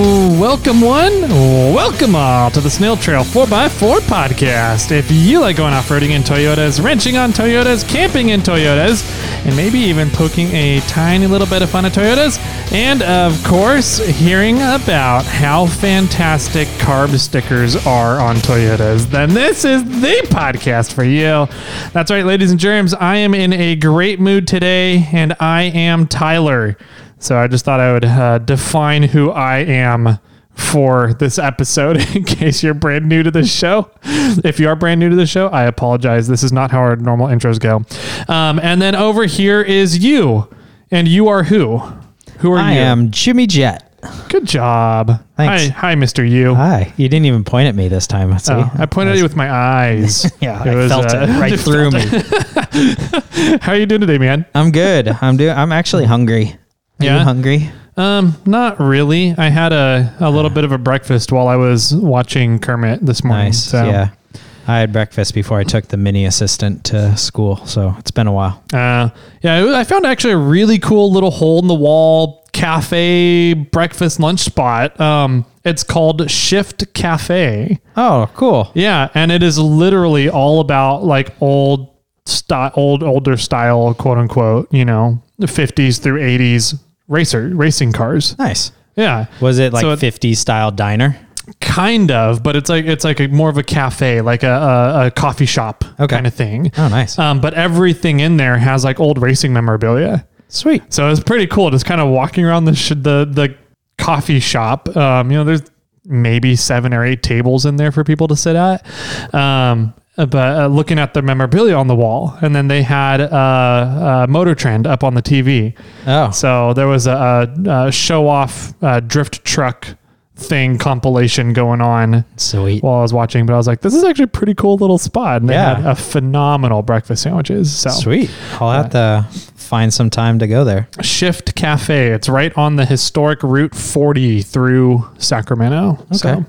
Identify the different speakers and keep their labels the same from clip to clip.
Speaker 1: Welcome, one. Welcome all to the Snail Trail 4x4 podcast. If you like going off roading in Toyotas, wrenching on Toyotas, camping in Toyotas, and maybe even poking a tiny little bit of fun at Toyotas, and of course, hearing about how fantastic carb stickers are on Toyotas, then this is the podcast for you. That's right, ladies and germs. I am in a great mood today, and I am Tyler. So I just thought I would uh, define who I am for this episode in case you're brand new to the show. If you are brand new to the show, I apologize. This is not how our normal intros go. Um, and then over here is you. And you are who? Who are
Speaker 2: I
Speaker 1: you?
Speaker 2: am Jimmy Jet.
Speaker 1: Good job.
Speaker 2: Thanks.
Speaker 1: Hi, hi Mr. You.
Speaker 2: Hi. You didn't even point at me this time. See?
Speaker 1: Oh, I pointed at you with my eyes.
Speaker 2: yeah,
Speaker 1: It
Speaker 2: I
Speaker 1: was,
Speaker 2: felt
Speaker 1: uh,
Speaker 2: it right through me.
Speaker 1: How are you doing today, man?
Speaker 2: I'm good. I'm doing. I'm actually hungry. Are
Speaker 1: Yeah?
Speaker 2: you hungry?
Speaker 1: Um, not really. I had a, a little bit of a breakfast while I was watching Kermit this morning.
Speaker 2: Nice.
Speaker 1: So
Speaker 2: Yeah. I had breakfast before I took the mini assistant to school, so it's been a while.
Speaker 1: Uh, yeah, it was- I found actually a really cool little hole in the wall cafe breakfast lunch spot. Um, it's called Shift Cafe.
Speaker 2: Oh, cool.
Speaker 1: Yeah, and it is literally all about like old style, old older style, quote unquote. You know, the fifties through eighties racer racing cars.
Speaker 2: Nice.
Speaker 1: Yeah,
Speaker 2: Was it like
Speaker 1: So it-
Speaker 2: 50s style diner?
Speaker 1: kind of, but it's like it's like a, more of a cafe, like a a, a coffee shop
Speaker 2: Okay.
Speaker 1: kind of thing.
Speaker 2: Oh, nice.
Speaker 1: Um, but everything in there has like old racing memorabilia.
Speaker 2: Sweet.
Speaker 1: So it was pretty cool. Just kind of walking around the sh- the the coffee shop. Um, you know, there's maybe seven or eight tables in there for people to sit at. Um, but uh, looking at the memorabilia on the wall, and then they had uh, uh, Motor Trend up on the TV.
Speaker 2: Oh,
Speaker 1: So there was a, a, a show off uh, drift truck thing compilation going on
Speaker 2: sweet.
Speaker 1: while I was watching. But I was like, this is actually a pretty cool little spot, and they
Speaker 2: Yeah.
Speaker 1: had a phenomenal breakfast sandwiches. So Uh,
Speaker 2: Sweet. I'll have to find some time to go there.
Speaker 1: Shift Cafe. It's right on the historic Route 40 through Sacramento. So,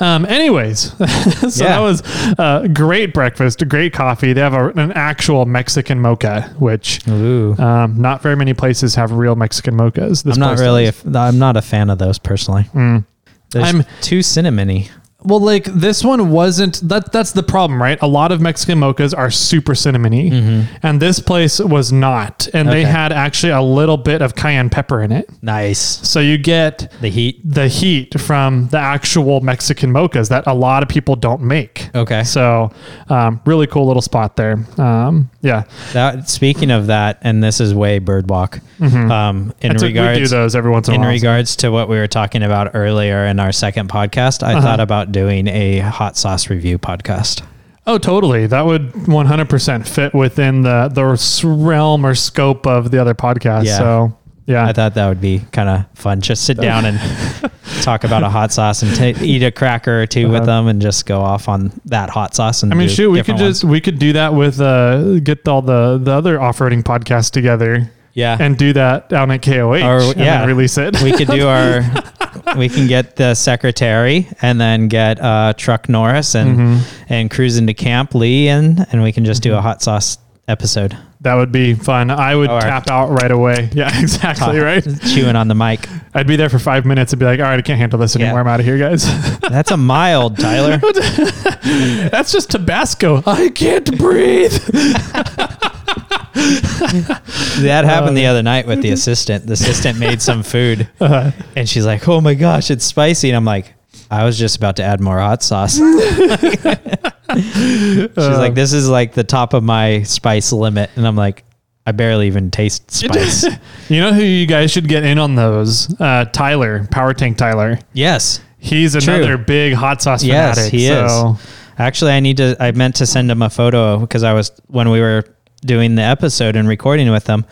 Speaker 1: um, anyways, so
Speaker 2: Yeah.
Speaker 1: that was uh, great breakfast, great coffee. They have a, an actual Mexican mocha, which
Speaker 2: Ooh.
Speaker 1: um, not very many places have real Mexican mochas. This
Speaker 2: I'm not
Speaker 1: place
Speaker 2: really. A,
Speaker 1: does.
Speaker 2: f- I'm not a fan of those personally. There's
Speaker 1: Mm. I'm-
Speaker 2: too cinnamony.
Speaker 1: Well, like this one wasn't. That that's the problem, right? A lot of Mexican mochas are super cinnamony, and this place was not. And they
Speaker 2: Mm-hmm. Okay.
Speaker 1: had actually a little bit of cayenne pepper in it,
Speaker 2: Nice.
Speaker 1: so you get
Speaker 2: The heat.
Speaker 1: the heat from the actual Mexican mochas that a lot of people don't make.
Speaker 2: Okay.
Speaker 1: So, um, really cool little spot there. Um, yeah.
Speaker 2: That, speaking of that, and this is way bird walk. Um, in
Speaker 1: Mm-hmm. That's what- we do
Speaker 2: regards
Speaker 1: those every once in,
Speaker 2: in
Speaker 1: a while.
Speaker 2: regards to what we were talking about earlier in our second podcast,
Speaker 1: Uh-huh.
Speaker 2: I thought about doing a hot sauce review podcast.
Speaker 1: oh, totally. That would 100% fit within the, the s- realm or scope of the other podcast.
Speaker 2: Yeah.
Speaker 1: So, yeah.
Speaker 2: I thought that would be kind of fun. Just sit down and talk about a hot sauce and ta eat a cracker or 2 with them, and just go off on that hot sauce. And
Speaker 1: Uh-huh. I mean,
Speaker 2: do
Speaker 1: shoot, we could
Speaker 2: different
Speaker 1: just, we could do that with, uh, get all the, the other off-roading podcasts together
Speaker 2: ones. yeah
Speaker 1: and do that down at KOH
Speaker 2: Or-
Speaker 1: and then
Speaker 2: yeah.
Speaker 1: release it.
Speaker 2: we could do our we can get the secretary and then get uh truck norris and and cruise into camp lee and and we can just do a hot sauce episode
Speaker 1: that would be fun. I would
Speaker 2: Or-
Speaker 1: tap out right away. Yeah, exactly. Right.
Speaker 2: chewing on the mic
Speaker 1: I'd be there for five minutes and be like, all right, I can't handle this anymore.
Speaker 2: Yeah.
Speaker 1: I'm out of here, guys.
Speaker 2: that's a mild tyler
Speaker 1: That's just Tabasco. I can't breathe.
Speaker 2: that happened the other night with the assistant the assistant made some food and she's like oh my gosh it's spicy and i'm like I was just about to add more hot sauce. She's like, "This is like the top of my spice limit," and I'm like, "I barely even taste spice."
Speaker 1: You know who you guys should get in on those? Uh, Tyler, Power Tank Tyler.
Speaker 2: yes,
Speaker 1: He's
Speaker 2: True.
Speaker 1: another big hot sauce
Speaker 2: Yes,
Speaker 1: fanatic.
Speaker 2: he
Speaker 1: so
Speaker 2: is. Actually, I need to. I meant to send him a photo because I was when we were doing the episode and recording with him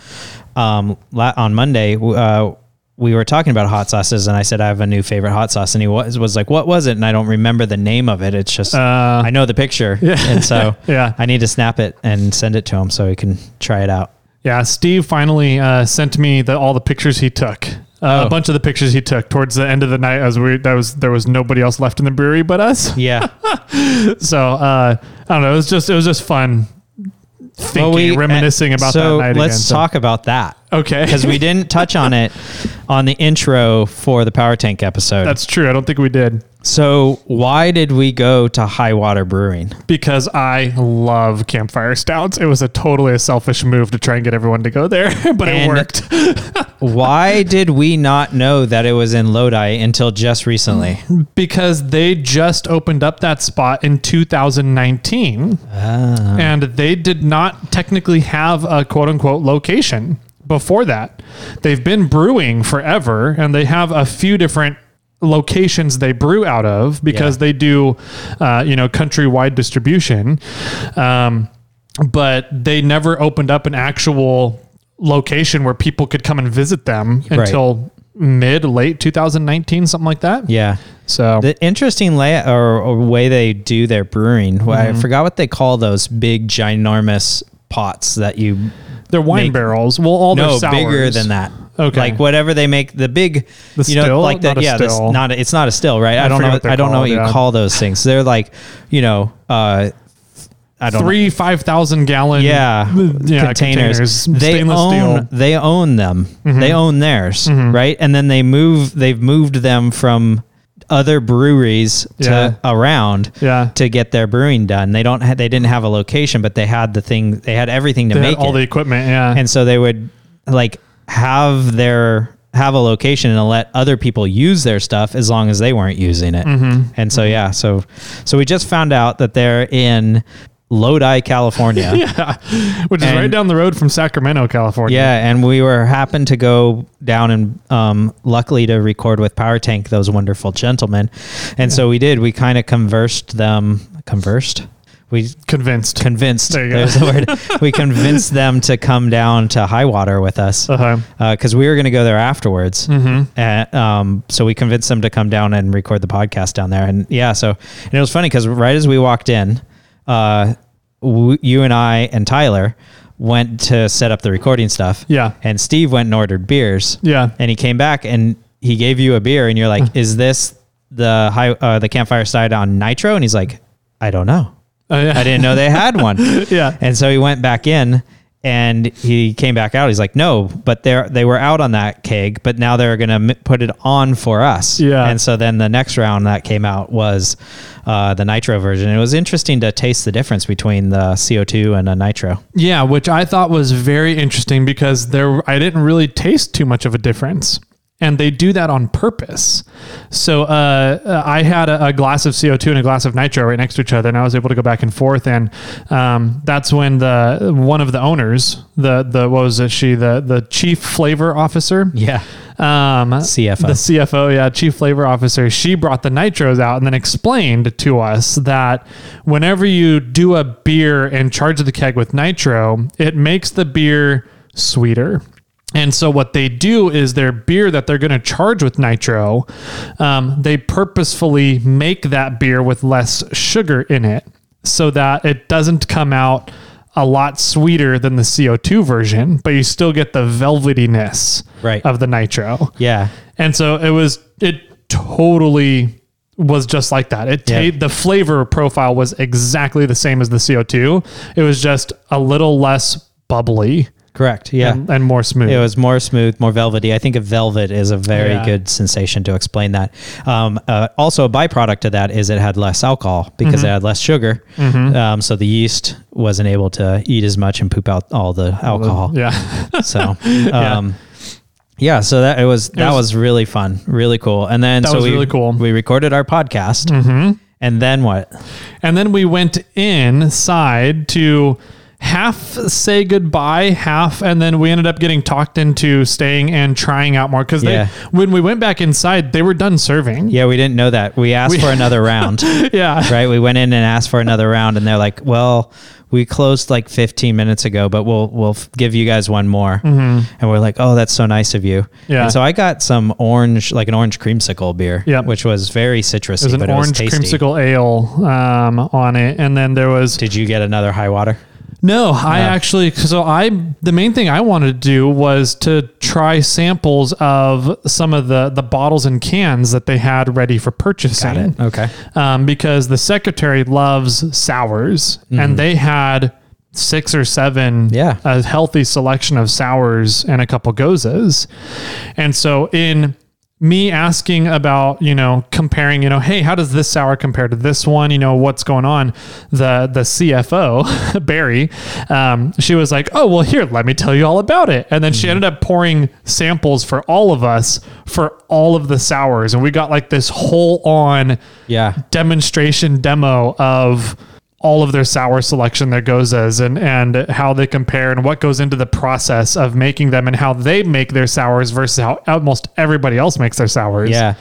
Speaker 2: um, la- on Monday. w- Uh, we were talking about hot sauces, and I said I have a new favorite hot sauce, and he was was like, "What was it?" And I don't remember the name of it. It's just
Speaker 1: Uh,
Speaker 2: I know the picture, and so
Speaker 1: Yeah.
Speaker 2: I need to snap it and send it to him so he can try it out.
Speaker 1: Yeah, Steve finally uh, sent me the, all the pictures he took. Uh, A
Speaker 2: Oh.
Speaker 1: bunch of the pictures he took towards the end of the night, as we that was there was nobody else left in the brewery but us.
Speaker 2: Yeah,
Speaker 1: So uh, I don't know. It was just it was just fun thinking,
Speaker 2: Well, we-
Speaker 1: reminiscing
Speaker 2: uh,
Speaker 1: about that
Speaker 2: so
Speaker 1: night
Speaker 2: let's
Speaker 1: again. So-
Speaker 2: talk about that
Speaker 1: Okay.
Speaker 2: because we didn't touch on it on the intro for the Power Tank episode.
Speaker 1: That's true. I don't think we did
Speaker 2: so why did we go to High Water Brewing?
Speaker 1: because I love campfire stouts. It was a totally a selfish move to try and get everyone to go there, but it
Speaker 2: And-
Speaker 1: worked.
Speaker 2: Why did we not know that it was in Lodi until just recently?
Speaker 1: Mm-hmm. because they just opened up that spot in 2019
Speaker 2: Ah.
Speaker 1: and they did not technically have a quote unquote location before that. They've been brewing forever and they have a few different locations they brew out of because
Speaker 2: Yeah.
Speaker 1: they do, uh, you know, countrywide distribution. Um, but they never opened up an actual location where people could come and visit them
Speaker 2: Right.
Speaker 1: until mid late 2019 something like that
Speaker 2: Yeah.
Speaker 1: so
Speaker 2: The interesting layout or, or way they do their brewing, well,
Speaker 1: Mm-hmm.
Speaker 2: I forgot what they call those big, ginormous pots that you.
Speaker 1: they're wine
Speaker 2: make-
Speaker 1: barrels. Well, all
Speaker 2: No,
Speaker 1: their sours.
Speaker 2: bigger than that.
Speaker 1: Okay.
Speaker 2: Like whatever they make, the big,
Speaker 1: The
Speaker 2: you know,
Speaker 1: still?
Speaker 2: like
Speaker 1: Not
Speaker 2: that.
Speaker 1: a
Speaker 2: Yeah, the s-
Speaker 1: still.
Speaker 2: not a- it's not a still, right? I, don't
Speaker 1: forget
Speaker 2: know.
Speaker 1: what they're
Speaker 2: I don't know
Speaker 1: called,
Speaker 2: what
Speaker 1: yeah.
Speaker 2: you call those things. They're like, you know, uh, I don't know.
Speaker 1: Three five thousand gallon
Speaker 2: yeah,
Speaker 1: yeah
Speaker 2: containers. They
Speaker 1: stainless
Speaker 2: own
Speaker 1: steel. Mm-hmm.
Speaker 2: they own them. They own theirs, right? And then they move they've moved them from other breweries
Speaker 1: Yeah.
Speaker 2: to around
Speaker 1: Yeah.
Speaker 2: to get their brewing done. They don't ha- they didn't have a location, but they had the thing they had everything to
Speaker 1: They had
Speaker 2: make
Speaker 1: all
Speaker 2: it.
Speaker 1: the equipment. Yeah,
Speaker 2: and so they would like have their have a location and let other people use their stuff as long as they weren't using it.
Speaker 1: Mm-hmm.
Speaker 2: And so yeah, so so we just found out that they're in Lodi, California.
Speaker 1: which is right
Speaker 2: and-
Speaker 1: down the road from Sacramento, California.
Speaker 2: Yeah, and we were happened to go down and um, luckily to record with Power Tank, those wonderful gentlemen, and so we did. We kind of conversed them, conversed. We
Speaker 1: convinced.
Speaker 2: convinced.
Speaker 1: There you go.
Speaker 2: there's the word. we convinced them to come down to High Water with us
Speaker 1: Uh-huh.
Speaker 2: because we were going to go there afterwards. Mm-hmm. And, um, so we convinced them to come down and record the podcast down there. And yeah, so and it was funny because right as we walked in, uh, w- you and I and Tyler went to set up the recording stuff.
Speaker 1: Yeah.
Speaker 2: and Steve went and ordered beers.
Speaker 1: Yeah.
Speaker 2: and he came back and he gave you a beer, and you're like, "Is this the high uh, the campfire side on nitro?" And he's like, "I don't know."
Speaker 1: Oh, yeah.
Speaker 2: I didn't know they had one.
Speaker 1: Yeah.
Speaker 2: And so he went back in and he came back out. He's like, no, but they're, they were out on that keg, but now they're going to m- put it on for us.
Speaker 1: Yeah.
Speaker 2: And so then the next round that came out was uh, the nitro version. It was interesting to taste the difference between the CO2 and a nitro.
Speaker 1: Yeah, which I thought was very interesting because there I didn't really taste too much of a difference. And they do that on purpose. So uh, uh, I had a, a glass of CO2 and a glass of nitro right next to each other, and I was able to go back and forth. And um, that's when the one of the owners, the the what was it, she the the chief flavor officer,
Speaker 2: Yeah.
Speaker 1: um,
Speaker 2: CFO.
Speaker 1: the CFO, yeah, chief flavor officer. She brought the nitros out and then explained to us that whenever you do a beer and charge the keg with nitro, it makes the beer sweeter. And so what they do is their beer that they're going to charge with nitro, um, they purposefully make that beer with less sugar in it so that it doesn't come out a lot sweeter than the CO2 version, but you still get the velvetiness
Speaker 2: Right.
Speaker 1: of the nitro.
Speaker 2: Yeah.
Speaker 1: And so it was it totally was just like that. It ta-
Speaker 2: Yeah.
Speaker 1: the flavor profile was exactly the same as the CO2. It was just a little less bubbly
Speaker 2: Correct. Yeah.
Speaker 1: and, and more smooth.
Speaker 2: It was more smooth, more velvety. I think a velvet is a very
Speaker 1: Yeah.
Speaker 2: good sensation to explain that. Um, uh, also, a byproduct of that is it had less alcohol because
Speaker 1: Mm-hmm.
Speaker 2: it had less sugar. Um, so the yeast wasn't able to eat as much and poop out all the alcohol.
Speaker 1: Uh-huh. yeah.
Speaker 2: So, um, yeah. so that it was that was,
Speaker 1: was-
Speaker 2: really fun, really cool. And then
Speaker 1: That
Speaker 2: so
Speaker 1: was
Speaker 2: we
Speaker 1: really cool. Mm-hmm.
Speaker 2: we recorded our podcast, and then what?
Speaker 1: And then we went inside to half say goodbye, half, and then we ended up getting talked into staying and trying out more because
Speaker 2: Yeah.
Speaker 1: they when we went back inside, they were done serving.
Speaker 2: Yeah, we didn't know that. We asked for another round.
Speaker 1: yeah.
Speaker 2: right? We went in and asked for another round, and they're like, "Well, we closed like 15 minutes ago, but we'll we'll f- give you guys one more." And we're like, "Oh, that's so nice of you."
Speaker 1: Mm-hmm. Yeah.
Speaker 2: And so I got some orange, like an orange creamsicle beer,
Speaker 1: Yep.
Speaker 2: which was very citrusy,
Speaker 1: There's an
Speaker 2: but
Speaker 1: orange
Speaker 2: it was tasty.
Speaker 1: creamsicle ale um, on it, and then there was
Speaker 2: Did you get another high water?
Speaker 1: no. I actually, so I the main thing I wanted to do was to try samples of some of the the bottles and cans that they had ready for purchasing
Speaker 2: Okay.
Speaker 1: um, because the secretary loves sours and they had six or seven
Speaker 2: Yeah.
Speaker 1: a healthy selection of sours and a couple gozas and so in me asking about you know comparing you know hey how does this sour compare to this one you know what's going on the the cfo barry um, she was like oh well here let me tell you all about it and then she ended up pouring samples for all of us for all of the sours and we got like this whole on
Speaker 2: Yeah.
Speaker 1: demonstration demo of all of their sour selection, their gozas, and and how they compare and what goes into the process of making them and how they make their sours versus how almost everybody else makes their sours.
Speaker 2: Yeah.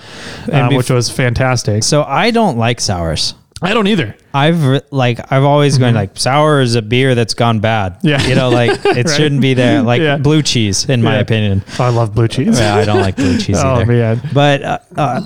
Speaker 1: uh,
Speaker 2: And bef-
Speaker 1: which was fantastic.
Speaker 2: so I don't like sours.
Speaker 1: I don't either.
Speaker 2: I've re- like I've always gone like sour is a beer that's gone bad.
Speaker 1: Mm-hmm. Yeah.
Speaker 2: You know, like it shouldn't be there. Like
Speaker 1: Yeah.
Speaker 2: blue cheese, in my
Speaker 1: Yeah.
Speaker 2: opinion.
Speaker 1: I love blue cheese.
Speaker 2: Yeah, I don't like blue cheese
Speaker 1: Oh,
Speaker 2: either.
Speaker 1: man.
Speaker 2: But uh, uh,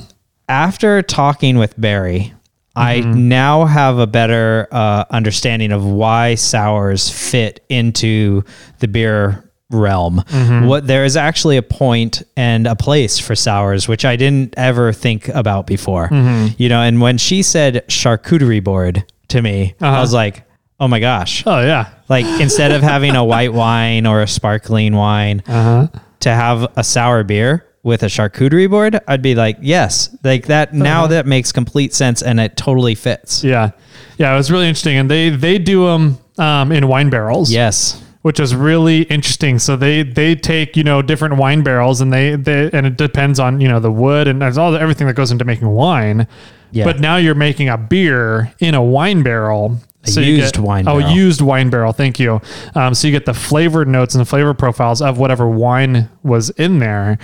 Speaker 2: after talking with Barry, I
Speaker 1: Mm-hmm.
Speaker 2: now have a better uh, understanding of why sours fit into the beer realm.
Speaker 1: Mm-hmm.
Speaker 2: What there is actually a point and a place for sours, which I didn't ever think about before.
Speaker 1: Mm-hmm.
Speaker 2: You know, and when she said charcuterie board to me,
Speaker 1: Uh-huh.
Speaker 2: I was like, oh my gosh
Speaker 1: Oh yeah.
Speaker 2: like instead of having a white wine or a sparkling wine
Speaker 1: Uh-huh.
Speaker 2: to have a sour beer with a charcuterie board i'd be like yes like that now that makes complete sense and it totally fits
Speaker 1: Uh-huh. Yeah. Yeah, it was really interesting. And they they do them um, in wine barrels.
Speaker 2: yes
Speaker 1: which is really interesting. So they they take you know different wine barrels and they they and it depends on you know the wood and there's all the, everything that goes into making wine.
Speaker 2: Yeah.
Speaker 1: But now you're making a beer in a wine barrel.
Speaker 2: A used wine
Speaker 1: Oh,
Speaker 2: barrel.
Speaker 1: used wine barrel. Thank you. Um, so you get the flavored notes and the flavor profiles of whatever wine was in there.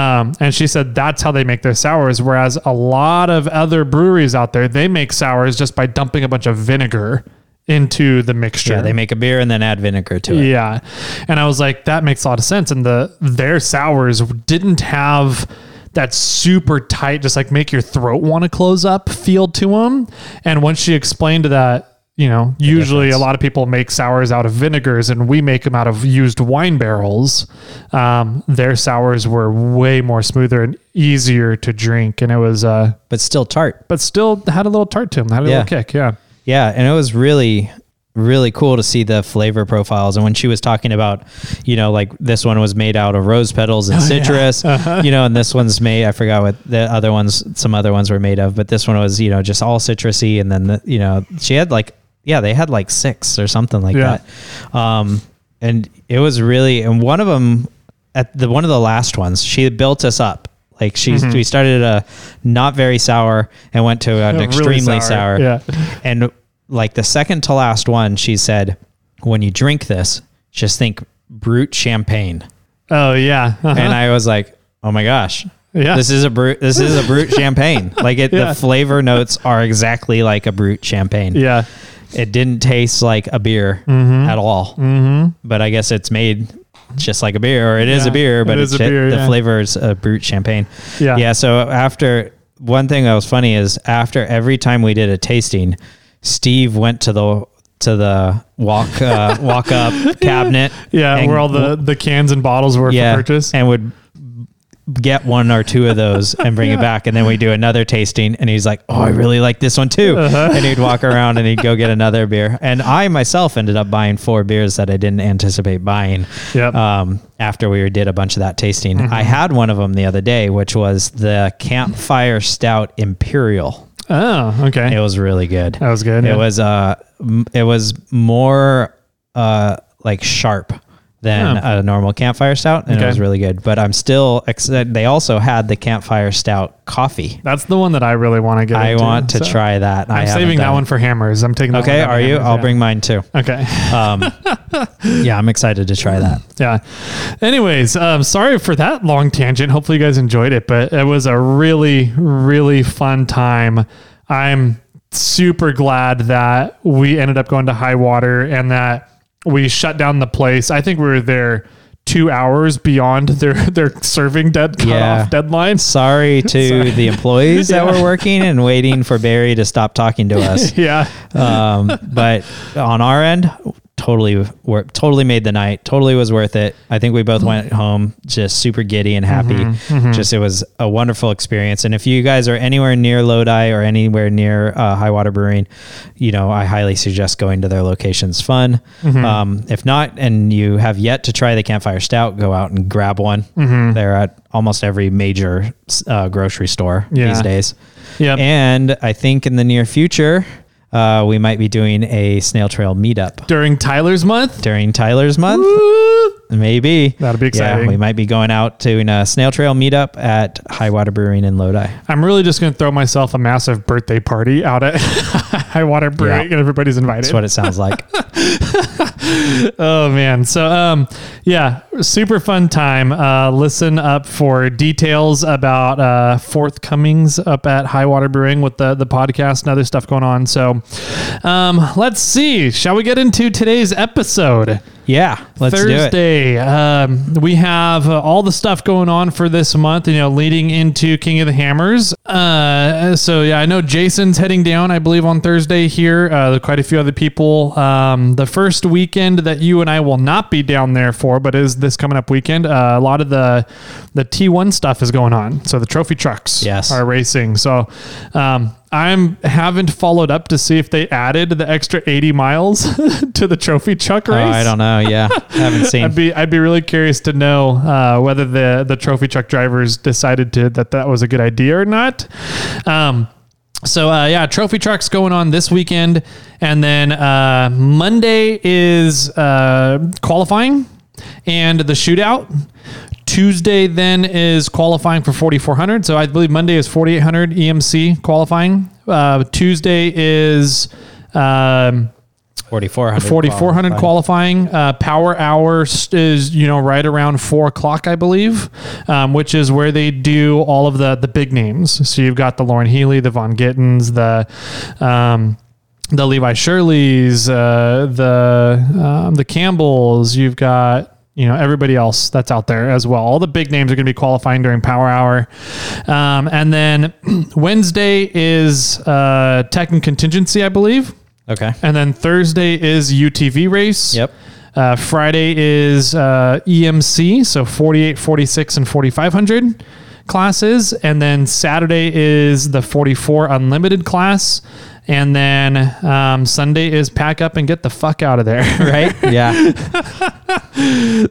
Speaker 1: Um, and she said that's how they make their sours. Whereas a lot of other breweries out there, they make sours just by dumping a bunch of vinegar into the mixture.
Speaker 2: yeah they make a beer and then add vinegar to it
Speaker 1: Yeah. And I was like, that makes a lot of sense. And the their sours didn't have that super tight, just like make your throat want to close up feel to them. And once she explained that, you know, usually a
Speaker 2: difference.
Speaker 1: lot of people make sours out of vinegars and we make them out of used wine barrels. Um, their sours were way more smoother and easier to drink. And it was, uh,
Speaker 2: but still tart
Speaker 1: but still had a little tart to them, had a
Speaker 2: Yeah.
Speaker 1: little kick. Yeah.
Speaker 2: yeah and it was really really cool to see the flavor profiles and when she was talking about you know like this one was made out of rose petals
Speaker 1: Oh,
Speaker 2: and citrus
Speaker 1: Uh-huh.
Speaker 2: you know and this one's made i forgot what the other ones some other ones were made of but this one was you know just all citrusy and then the, you know she had like yeah they had like six or something like
Speaker 1: Yeah.
Speaker 2: that um and it was really and one of them at the one of the last ones she built us up like she
Speaker 1: Mm-hmm.
Speaker 2: we started at a not very sour and went to an
Speaker 1: Really
Speaker 2: extremely
Speaker 1: sour.
Speaker 2: sour
Speaker 1: Yeah.
Speaker 2: and like the second to last one, she said, when you drink this, just think brute champagne.
Speaker 1: Oh, yeah. Uh-huh.
Speaker 2: And I was like, oh my gosh.
Speaker 1: Yeah.
Speaker 2: This is a brute this is a brute champagne. Like it
Speaker 1: Yeah.
Speaker 2: the flavor notes are exactly like a brute champagne.
Speaker 1: yeah.
Speaker 2: It didn't taste like a beer at all. Mm-hmm. But I guess it's made just like a beer, or it is
Speaker 1: Yeah,
Speaker 2: a beer,
Speaker 1: it
Speaker 2: but
Speaker 1: is
Speaker 2: it's
Speaker 1: a
Speaker 2: ju-
Speaker 1: beer,
Speaker 2: the
Speaker 1: yeah.
Speaker 2: flavor is a brute champagne.
Speaker 1: Yeah.
Speaker 2: Yeah. So after one thing that was funny is after every time we did a tasting, Steve went to the to the walk uh, walk up cabinet.
Speaker 1: Yeah,
Speaker 2: and-
Speaker 1: where all the, the cans and bottles were
Speaker 2: yeah
Speaker 1: for purchase.
Speaker 2: and would get one or two of those and bring it back and then we do another tasting and he's like oh i really like this one too
Speaker 1: Uh-huh.
Speaker 2: and he'd walk around and he'd go get another beer and i myself ended up buying four beers that i didn't anticipate buying
Speaker 1: Yep.
Speaker 2: um, after we did a bunch of that tasting
Speaker 1: Mm-hmm.
Speaker 2: i had one of them the other day which was the campfire stout imperial
Speaker 1: oh, okay.
Speaker 2: it was really good
Speaker 1: that was good.
Speaker 2: it
Speaker 1: Oh, yeah.
Speaker 2: was uh, m- it was more uh, like sharp than
Speaker 1: Yeah.
Speaker 2: a normal campfire stout, and
Speaker 1: Okay.
Speaker 2: it was really good. But I'm still ex- uh, they also had the campfire stout coffee.
Speaker 1: That's the one that I really want to get.
Speaker 2: I
Speaker 1: into,
Speaker 2: want to
Speaker 1: so-
Speaker 2: try that. I
Speaker 1: I'm
Speaker 2: haven't
Speaker 1: saving that
Speaker 2: done
Speaker 1: one
Speaker 2: it.
Speaker 1: for hammers. I'm taking. That
Speaker 2: Okay,
Speaker 1: one down
Speaker 2: are
Speaker 1: to
Speaker 2: you?
Speaker 1: hammers,
Speaker 2: I'll
Speaker 1: yeah.
Speaker 2: bring mine too.
Speaker 1: Okay.
Speaker 2: Um, yeah, I'm excited to try that.
Speaker 1: Yeah. Anyways, um, sorry for that long tangent. Hopefully, you guys enjoyed it, but it was a really, really fun time. I'm super glad that we ended up going to high water and that we shut down the place. I think we were there two hours beyond their their serving dead cutoff
Speaker 2: Yeah.
Speaker 1: deadline.
Speaker 2: Sorry to the employees that
Speaker 1: Yeah.
Speaker 2: were working and waiting for Barry to stop talking to us.
Speaker 1: Yeah.
Speaker 2: um, but on our end, totally wor- totally made the night. Totally was worth it. I think we both went home just super giddy and happy. Just it was a wonderful experience. And if you guys are anywhere near Lodi or anywhere near uh, High Water Brewing, you know I highly suggest going to their locations. Fun. Um, if not, and you have yet to try the Campfire Stout, go out and grab one. They're at almost every major uh, grocery store
Speaker 1: Yeah.
Speaker 2: these days.
Speaker 1: Yep.
Speaker 2: And I think in the near future, uh, we might be doing a snail trail meetup
Speaker 1: During Tyler's month?
Speaker 2: during Tyler's month. Maybe
Speaker 1: That'll be exciting.
Speaker 2: Yeah, we might be going out to a snail trail meetup at Highwater Brewing in Lodi.
Speaker 1: I'm really just going to throw myself a massive birthday party out at High Water Brewing
Speaker 2: Yeah.
Speaker 1: and everybody's invited.
Speaker 2: That's what it sounds like.
Speaker 1: Oh man. So um yeah, super fun time. Uh listen up for details about uh forthcomings up at High Water Brewing with the the podcast and other stuff going on. So um let's see. Shall we get into today's episode?
Speaker 2: yeah, let's do it.
Speaker 1: Thursday, um, we have uh, all the stuff going on for this month. You know, leading into King of the Hammers. Uh, so yeah, I know Jason's heading down. I believe on Thursday here. Uh, there are quite a few other people. Um, the first weekend that you and I will not be down there for, but is this coming up weekend? Uh, a lot of the the T1 stuff is going on. So the trophy trucks
Speaker 2: Yes.
Speaker 1: are racing. So um, I'm haven't followed up to see if they added the extra 80 miles to the trophy truck
Speaker 2: Oh,
Speaker 1: race.
Speaker 2: I don't know. Yeah, haven't seen.
Speaker 1: I'd be I'd be really curious to know uh, whether the the trophy truck drivers decided to that that was a good idea or not. Um, so uh, yeah, trophy trucks going on this weekend, and then uh, Monday is uh, qualifying and the shootout. Tuesday then is qualifying for 4400. So I believe Monday is 4800 EMC qualifying. Uh, Tuesday is. Um,
Speaker 2: 4,400.
Speaker 1: 4400 qualifying uh, power hour st- is you know right around four o'clock i believe um, which is where they do all of the the big names so you've got the lauren healy the von gittens the um, the levi shirley's uh, the um, the campbells you've got you know everybody else that's out there as well all the big names are going to be qualifying during power hour um, and then wednesday is uh, tech and contingency i believe
Speaker 2: Okay.
Speaker 1: and then Thursday is UTV race.
Speaker 2: Yep.
Speaker 1: Uh, Friday is uh, EMC, so 48, 46, and 4500 classes. And then Saturday is the 44 unlimited class. And then um, Sunday is pack up and get the fuck out of there.
Speaker 2: Right? Yeah.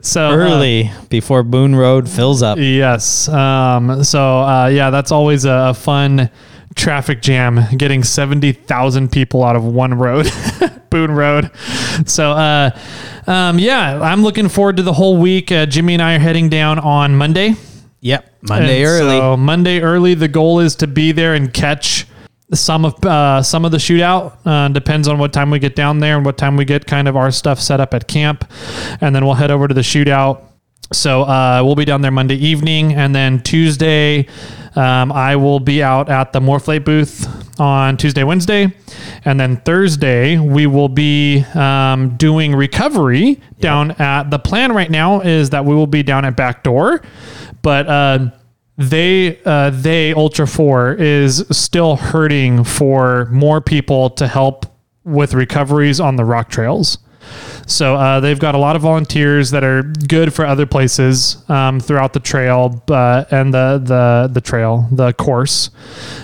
Speaker 1: so uh,
Speaker 2: Early before Boone Road fills up.
Speaker 1: Yes. Um, so uh, yeah, that's always a, a fun traffic jam getting 70,000 people out of one road, Boone Road. So uh, um, yeah, I'm looking forward to the whole week. Uh, Jimmy and I are heading down on Monday.
Speaker 2: Yep. Monday
Speaker 1: And
Speaker 2: early.
Speaker 1: So Monday early. The goal is to be there and catch some of uh, some of the shootout. Uh, depends on what time we get down there and what time we get kind of our stuff set up at camp, and then we'll head over to the shootout. So uh, we'll be down there Monday evening, and then Tuesday, um, I will be out at the Morflate booth on Tuesday, Wednesday, and then Thursday we will be um, doing recovery down at the plan. Right now is that we will be down at Backdoor, but. Uh, they uh, they ultra 4 is still hurting for more people to help with recoveries on the rock trails so uh, they've got a lot of volunteers that are good for other places um, throughout the trail uh, and the, the the trail the course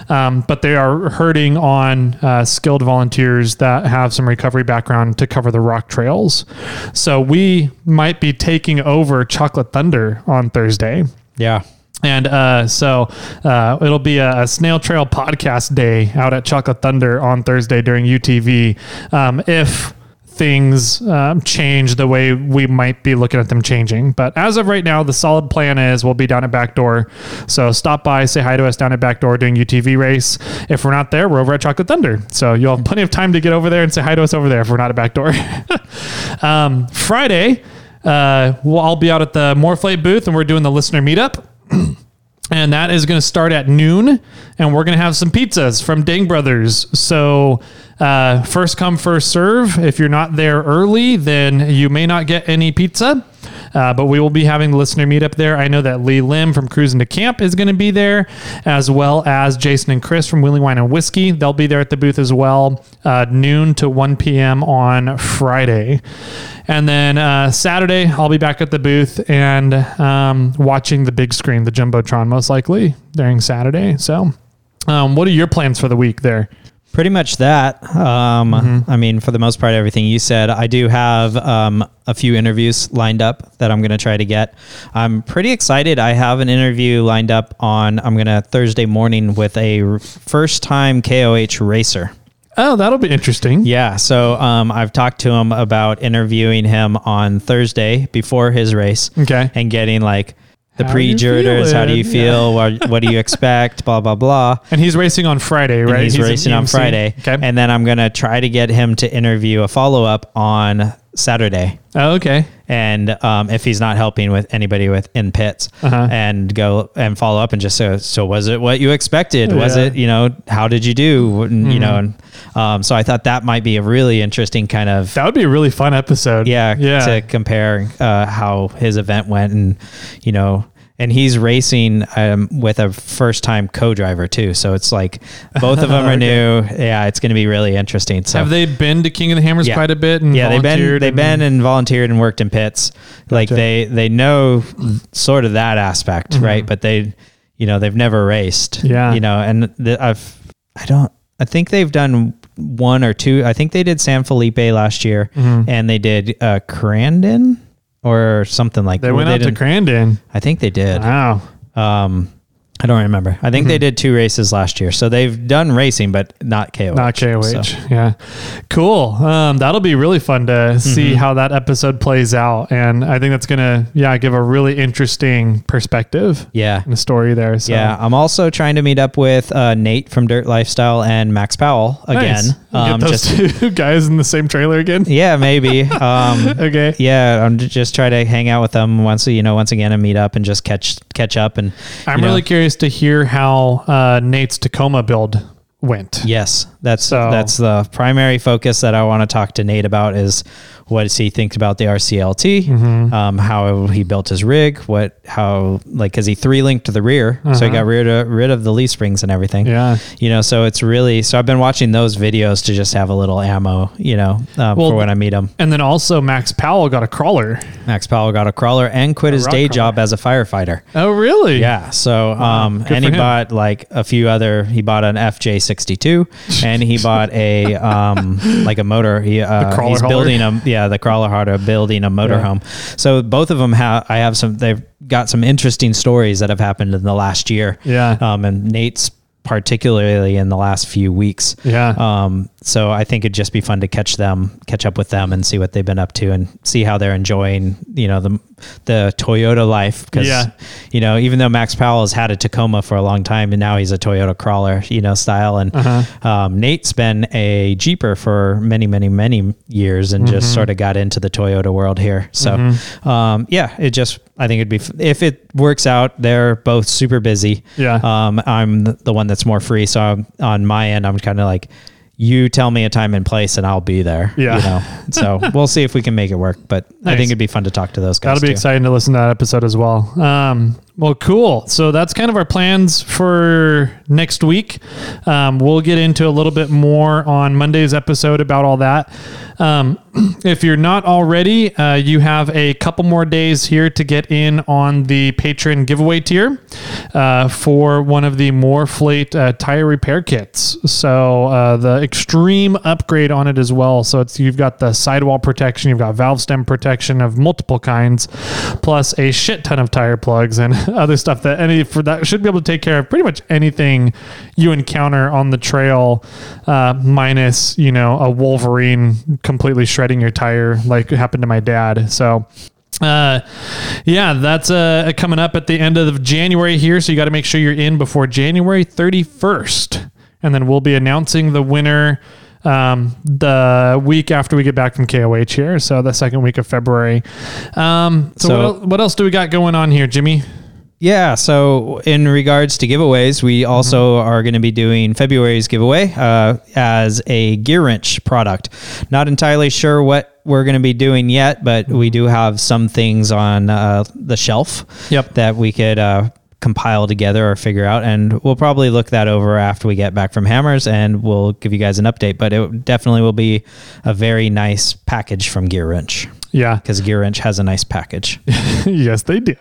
Speaker 1: um, but they are hurting on uh, skilled volunteers that have some recovery background to cover the rock trails so we might be taking over chocolate thunder on thursday
Speaker 2: yeah.
Speaker 1: and uh, so uh, it'll be a, a snail trail podcast day out at Chocolate Thunder on Thursday during UTV. Um, if things um, change the way we might be looking at them changing. But as of right now, the solid plan is we'll be down at Backdoor. So stop by, say hi to us down at Backdoor doing UTV race. If we're not there, we're over at Chocolate Thunder. So you'll have plenty of time to get over there and say hi to us over there if we're not at Backdoor. um, Friday, uh, we'll, I'll be out at the Morflate booth and we're doing the listener meetup. And that is going to start at noon, and we're going to have some pizzas from Ding Brothers. So, uh, first come, first serve. If you're not there early, then you may not get any pizza. Uh, but we will be having the listener meetup there. I know that Lee Lim from Cruising to Camp is going to be there, as well as Jason and Chris from Wheeling Wine and Whiskey. They'll be there at the booth as well, uh, noon to 1 p.m. on Friday. And then uh, Saturday, I'll be back at the booth and um, watching the big screen, the Jumbotron, most likely during Saturday. So, um, what are your plans for the week there?
Speaker 2: Pretty much that. Um,
Speaker 1: Mm-hmm.
Speaker 2: I mean, for the most part, everything you said. I do have um, a few interviews lined up that I'm going to try to get. I'm pretty excited. I have an interview lined up on, I'm going to Thursday morning with a first time KOH racer.
Speaker 1: Oh, that'll be interesting.
Speaker 2: Yeah. So um, I've talked to him about interviewing him on Thursday before his race.
Speaker 1: Okay.
Speaker 2: And getting like, the
Speaker 1: How you
Speaker 2: pre-jurors, how do you
Speaker 1: feeling?
Speaker 2: feel? What, what do you expect? Blah, blah, blah.
Speaker 1: And he's racing on Friday, right?
Speaker 2: And he's,
Speaker 1: at
Speaker 2: racing on
Speaker 1: EMC.
Speaker 2: Friday.
Speaker 1: Okay.
Speaker 2: And then I'm going to try to get him to interview a follow up on Saturday.
Speaker 1: oh, okay.
Speaker 2: And um, if he's not helping with anybody with in pits,
Speaker 1: Uh-huh.
Speaker 2: and go and follow up and just so so was it what you expected? Was
Speaker 1: Yeah. Mm-hmm.
Speaker 2: it you know how did you do? And, You know, and um, so I thought that might be a really interesting kind of
Speaker 1: That would be a really fun episode.
Speaker 2: yeah,
Speaker 1: Yeah.
Speaker 2: to compare uh, how his event went and you know and he's racing um, with a first time co-driver too so it's like both of them are new yeah it's going to be really interesting so
Speaker 1: Have they been to King of the Hammers
Speaker 2: Yeah.
Speaker 1: quite a bit? And
Speaker 2: yeah they've been
Speaker 1: volunteered
Speaker 2: they've
Speaker 1: and-
Speaker 2: been and volunteered and worked in pits like
Speaker 1: Gotcha.
Speaker 2: they they know sort of that aspect right but they you know they've never raced
Speaker 1: Mm-hmm. Yeah.
Speaker 2: you know and the, I've I don't I think they've done one or two I think they did San Felipe last
Speaker 1: Mm-hmm.
Speaker 2: year and they did uh Crandon or something like
Speaker 1: They went out to Uh-huh.
Speaker 2: didn't-
Speaker 1: Crandon.
Speaker 2: I think they did
Speaker 1: Wow.
Speaker 2: um I don't remember I think
Speaker 1: Mm-hmm.
Speaker 2: they did two races last year so they've done racing but not KOH
Speaker 1: Not KOH.
Speaker 2: So-
Speaker 1: Yeah. Cool. Um, that'll be really fun to
Speaker 2: Mm-hmm.
Speaker 1: see how that episode plays out. And I think that's going to, yeah, give a really interesting perspective
Speaker 2: yeah
Speaker 1: and a story there. Mm-hmm. So.
Speaker 2: Yeah, I'm also trying to meet up with uh, Nate from Dirt Lifestyle and Max Powell again.
Speaker 1: Nice. We'll Get
Speaker 2: Um,
Speaker 1: those
Speaker 2: just
Speaker 1: two guys in the same trailer again.
Speaker 2: yeah, maybe. Um,
Speaker 1: Okay.
Speaker 2: yeah, I'm j- just try to hang out with them once you know once again and meet up and just catch catch up and
Speaker 1: I'm
Speaker 2: you know,
Speaker 1: really curious to hear how uh, Nate's Tacoma build went.
Speaker 2: yes that's
Speaker 1: So-
Speaker 2: that's the primary focus that I want to talk to Nate about is what does he think about the RCLT,
Speaker 1: Mm-hmm.
Speaker 2: um, how he built his rig, what how like because he three linked to the rear, so he got rid of rid of the leaf springs and everything.
Speaker 1: Uh-huh. Yeah.
Speaker 2: you know so it's really so i've been watching those videos to just have a little ammo you know uh,
Speaker 1: Well,
Speaker 2: for when i meet him
Speaker 1: And then also Max Powell got a crawler.
Speaker 2: max powell got a crawler and quit his
Speaker 1: rock
Speaker 2: day
Speaker 1: crawler.
Speaker 2: job as a firefighter
Speaker 1: Oh, really?
Speaker 2: yeah so um
Speaker 1: Good
Speaker 2: and
Speaker 1: for
Speaker 2: he
Speaker 1: him.
Speaker 2: bought like a few other he bought an fj62 and he bought a um like a motor he uh,
Speaker 1: crawler
Speaker 2: he's
Speaker 1: hauler.
Speaker 2: building a yeah the crawler harder building a motorhome home. so both of them have i have some they've got some interesting stories that have happened in the last year
Speaker 1: Yeah.
Speaker 2: um and nate's particularly in the last few weeks
Speaker 1: Yeah.
Speaker 2: Um, so I think it'd just be fun to catch them, catch up with them, and see what they've been up to, and see how they're enjoying, you know, the the Toyota life. Because
Speaker 1: Yeah.
Speaker 2: you know, even though Max Powell has had a Tacoma for a long time, and now he's a Toyota crawler, you know, style, and
Speaker 1: Uh-huh.
Speaker 2: um, Nate's been a Jeeper for many, many, many years, and
Speaker 1: Mm-hmm.
Speaker 2: just sort of got into the Toyota world here. So, um, yeah, it just I think it'd be f- if it works out. They're both super busy.
Speaker 1: Yeah.
Speaker 2: Um, I'm th- the one that's more free. So I'm, on my end, I'm kind of like, you tell me a time and place and I'll be there.
Speaker 1: Yeah.
Speaker 2: You know? So we'll see if we can make it work. But I
Speaker 1: Nice.
Speaker 2: think it'd be fun to talk to those guys.
Speaker 1: That'll be
Speaker 2: too.
Speaker 1: exciting to listen to that episode as well. Um, well, cool. So that's kind of our plans for next week. Um, we'll get into a little bit more on Monday's episode about all that. Um, if you're not already, uh, you have a couple more days here to get in on the patron giveaway tier uh, for one of the Morflate uh, tire repair kits. So uh, the extreme upgrade on it as well. So it's you've got the sidewall protection, you've got valve stem protection of multiple kinds, plus a shit ton of tire plugs and other stuff that any for that should be able to take care of pretty much anything you encounter on the trail, uh, minus you know a Wolverine completely shredding your tire like happened to my dad. So uh yeah that's uh coming up at the end of january here so you got to make sure you're in before january 31st and then we'll be announcing the winner um the week after we get back from koh here so the second week of february um so,
Speaker 2: So-
Speaker 1: what, el- what else do we got going on here jimmy
Speaker 2: Yeah. So, in regards to giveaways, we also are going to be doing February's giveaway uh, as a gear wrench product. Not entirely sure what we're going to be doing yet, but we do have some things on uh, the shelf
Speaker 1: Yep.
Speaker 2: that we could uh, compile together or figure out. And we'll probably look that over after we get back from Hammers and we'll give you guys an update. But it definitely will be a very nice package from Gear Wrench
Speaker 1: Yeah.
Speaker 2: because Gear Wrench has a nice package.
Speaker 1: yes, they do.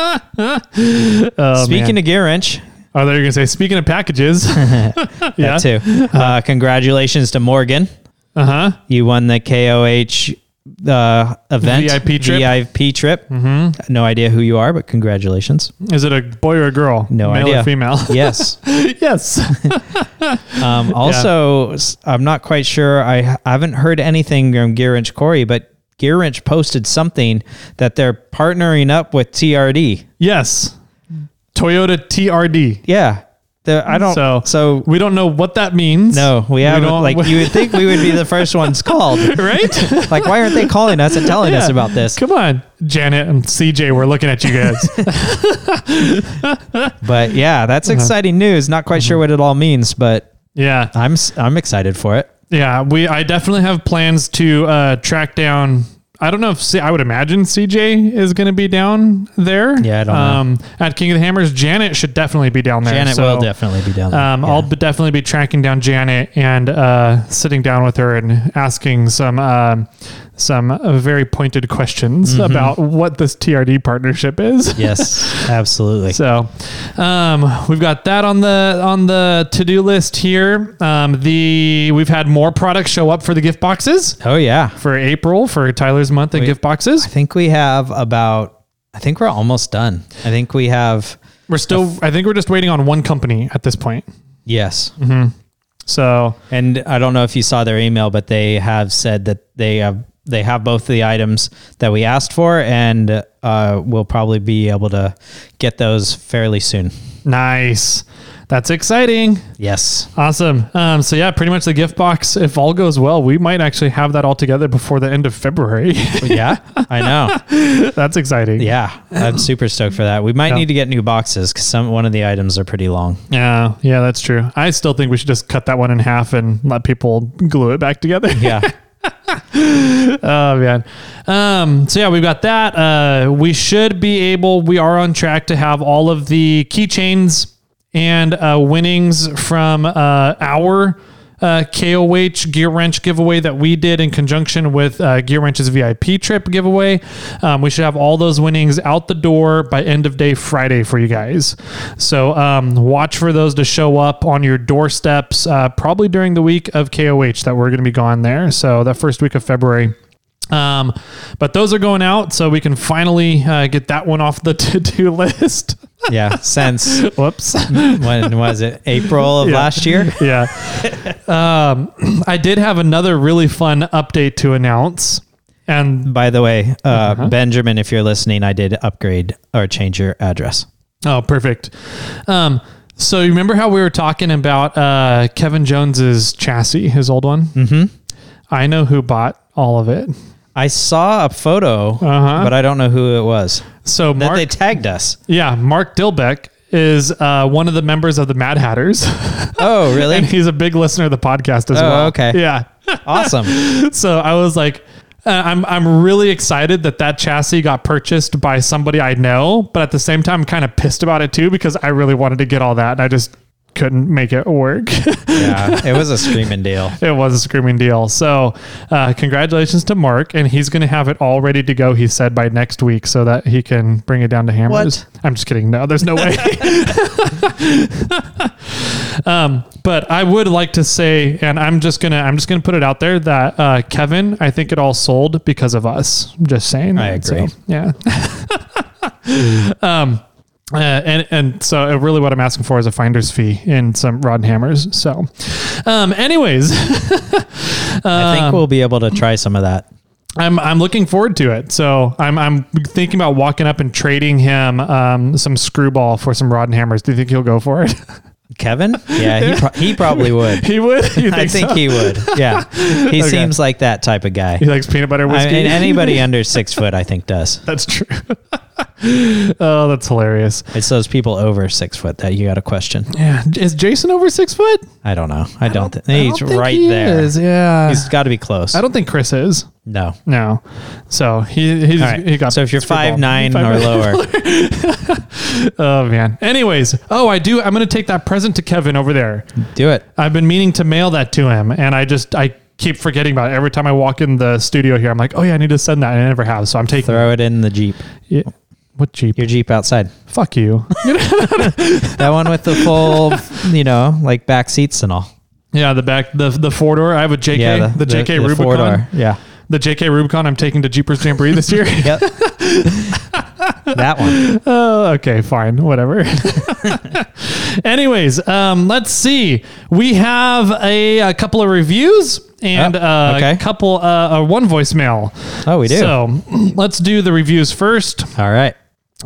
Speaker 1: Oh,
Speaker 2: Speaking of Gear Wrench,
Speaker 1: Oh, there you're gonna say. Speaking of packages, yeah.
Speaker 2: that too. Uh, congratulations to Morgan.
Speaker 1: Uh huh.
Speaker 2: You won the KOH uh, event
Speaker 1: VIP trip.
Speaker 2: VIP trip. Mm-hmm. No idea who you are, but congratulations.
Speaker 1: Is it a boy or a girl?
Speaker 2: No
Speaker 1: Male
Speaker 2: idea.
Speaker 1: or female?
Speaker 2: Yes.
Speaker 1: yes.
Speaker 2: Um, also, s- I'm not quite sure. I, I haven't heard anything from Gear Wrench Corey, but Gear Wrench posted something that they're partnering up with TRD.
Speaker 1: yes. Toyota TRD.
Speaker 2: Yeah. The, I don't.
Speaker 1: So-
Speaker 2: So, so
Speaker 1: We don't know what that means.
Speaker 2: no, we haven't.
Speaker 1: don't-
Speaker 2: like, you would think we would be the first ones called.
Speaker 1: right?
Speaker 2: Like, why aren't they calling us and telling us
Speaker 1: Yeah.
Speaker 2: about this?
Speaker 1: Come on, Janet and CJ. We're looking at you guys.
Speaker 2: But yeah,
Speaker 1: Uh-huh.
Speaker 2: that's exciting news. Not quite
Speaker 1: Mm-hmm.
Speaker 2: sure what it all means, but
Speaker 1: yeah.
Speaker 2: I'm s- I'm excited for it.
Speaker 1: Yeah, we. I definitely have plans to uh, track down. I don't know if C- I would imagine CJ is going to be down there.
Speaker 2: Yeah, I don't know.
Speaker 1: um, At King of the Hammers, Janet should definitely be down there.
Speaker 2: Janet
Speaker 1: so,
Speaker 2: will definitely be down there.
Speaker 1: Um,
Speaker 2: Yeah.
Speaker 1: I'll be definitely be tracking down Janet and uh, sitting down with her and asking some um some uh, very pointed questions about what this TRD partnership is.
Speaker 2: yes, absolutely.
Speaker 1: So, um, we've got that on the on the to do list here. Um, the we've had more products show up for the gift boxes
Speaker 2: oh yeah,
Speaker 1: for April for Tyler's month and gift
Speaker 2: I
Speaker 1: boxes.
Speaker 2: think we have about. I think we're almost done. I think we have.
Speaker 1: We're still, I think we're just waiting on one company at this point.
Speaker 2: Yes,
Speaker 1: Mm-hmm. So
Speaker 2: and I don't know if you saw their email, but they have said that they have they have both the items that we asked for, and uh, we'll probably be able to get those fairly soon.
Speaker 1: nice, that's exciting,
Speaker 2: Yes,
Speaker 1: awesome. Um, so yeah, pretty much the gift box. If all goes well, we might actually have that all together before the end of February.
Speaker 2: yeah, I know.
Speaker 1: that's exciting.
Speaker 2: Yeah, I'm super stoked for that. We might need to get new boxes because some one of the items are pretty long.
Speaker 1: yeah, yeah, that's true. I still think we should just cut that one in half and let people glue it back together.
Speaker 2: Yeah,
Speaker 1: Oh man. Um, so yeah, we've got that. Uh, we should be able. We are on track to have all of the keychains and uh, winnings from uh, our uh, KOH Gear Wrench giveaway that we did in conjunction with uh, Gear Wrench's VIP trip giveaway. Um, we should have all those winnings out the door by end of day Friday for you guys. So um, watch for those to show up on your doorsteps uh, probably during the week of KOH that we're going to be gone there. So that first week of February. Um, but those are going out, so we can finally uh, get that one off the to-do list.
Speaker 2: yeah. Since
Speaker 1: Whoops.
Speaker 2: when was it? April of
Speaker 1: Yeah.
Speaker 2: last year.
Speaker 1: yeah. Um, I did have another really fun update to announce, and
Speaker 2: By the way, uh,
Speaker 1: Uh-huh.
Speaker 2: Benjamin, if you're listening, I did upgrade or change your address.
Speaker 1: oh, perfect. Um, so you remember how we were talking about uh, Kevin Jones's chassis, his old one? Mm-hmm. I know who bought all of it.
Speaker 2: I saw a photo,
Speaker 1: Uh-huh.
Speaker 2: but I don't know who it was.
Speaker 1: So
Speaker 2: That
Speaker 1: Mark,
Speaker 2: they tagged us.
Speaker 1: yeah, Mark Dilbeck is uh, one of the members of the Mad Hatters.
Speaker 2: Oh,
Speaker 1: and
Speaker 2: really?
Speaker 1: he's a big listener of the podcast as
Speaker 2: Oh,
Speaker 1: well.
Speaker 2: okay.
Speaker 1: Yeah.
Speaker 2: awesome.
Speaker 1: so I was like, uh, I'm I'm really excited that that chassis got purchased by somebody I know, but at the same time, kind of pissed about it too because I really wanted to get all that and I just couldn't make it work.
Speaker 2: Yeah, it was a screaming deal.
Speaker 1: it was a screaming deal. So, uh, congratulations to Mark, and he's going to have it all ready to go. He said by next week, so that he can bring it down to hammers. I'm just kidding. No, there's no way. um, but I would like to say, and I'm just gonna, I'm just gonna put it out there that uh, Kevin, I think it all sold because of us. Just saying.
Speaker 2: I
Speaker 1: that. So,
Speaker 2: agree.
Speaker 1: yeah. Uh, and and so uh, really what I'm asking for is a finder's fee and some rod and hammers. So, um, anyways,
Speaker 2: I think
Speaker 1: Um,
Speaker 2: we'll be able to try some of that.
Speaker 1: I'm I'm looking forward to it. So I'm I'm thinking about walking up and trading him um, some screwball for some rod and hammers. Do you think he'll go for it?
Speaker 2: Kevin? Yeah, he, pro- he probably would.
Speaker 1: he would. You think
Speaker 2: I think
Speaker 1: so?
Speaker 2: he would. Yeah. He seems like that type of guy.
Speaker 1: He likes peanut butter
Speaker 2: I
Speaker 1: whiskey.
Speaker 2: mean, anybody under six foot, I think, does.
Speaker 1: that's true. oh, that's hilarious.
Speaker 2: It's those people over six foot that you got to question.
Speaker 1: Yeah, is Jason over six foot?
Speaker 2: I don't know. I don't. think
Speaker 1: I don't
Speaker 2: he's
Speaker 1: think
Speaker 2: right
Speaker 1: he
Speaker 2: there.
Speaker 1: is, Yeah,
Speaker 2: He's got to be close.
Speaker 1: I don't think Chris is.
Speaker 2: No.
Speaker 1: No, so he he's,
Speaker 2: All right.
Speaker 1: he got
Speaker 2: so if you're
Speaker 1: screwballed.
Speaker 2: five nine or lower,
Speaker 1: Oh man. Anyways, oh I do. I'm gonna take that present to Kevin over there.
Speaker 2: do it.
Speaker 1: I've been meaning to mail that to him, and I just I keep forgetting about it. Every time I walk in the studio here, I'm like, oh yeah, I need to send that, and I never have. So I'm taking
Speaker 2: Throw it in the jeep.
Speaker 1: Yeah. What Jeep?
Speaker 2: Your jeep outside.
Speaker 1: Fuck you.
Speaker 2: That one with the full, you know, like back seats and all.
Speaker 1: yeah, the back the the four door. I have a JK the, JK
Speaker 2: four
Speaker 1: Rubicon.
Speaker 2: door. Yeah.
Speaker 1: The JK Rubicon. I'm taking to Jeepers Jamboree this year.
Speaker 2: Yep. that one.
Speaker 1: Oh, okay, fine, whatever. Anyways, um, let's see. We have a, a couple of reviews and
Speaker 2: Oh,
Speaker 1: uh,
Speaker 2: okay.
Speaker 1: a couple, uh, uh, one voicemail.
Speaker 2: Oh, we do.
Speaker 1: So let's do the reviews first.
Speaker 2: all right.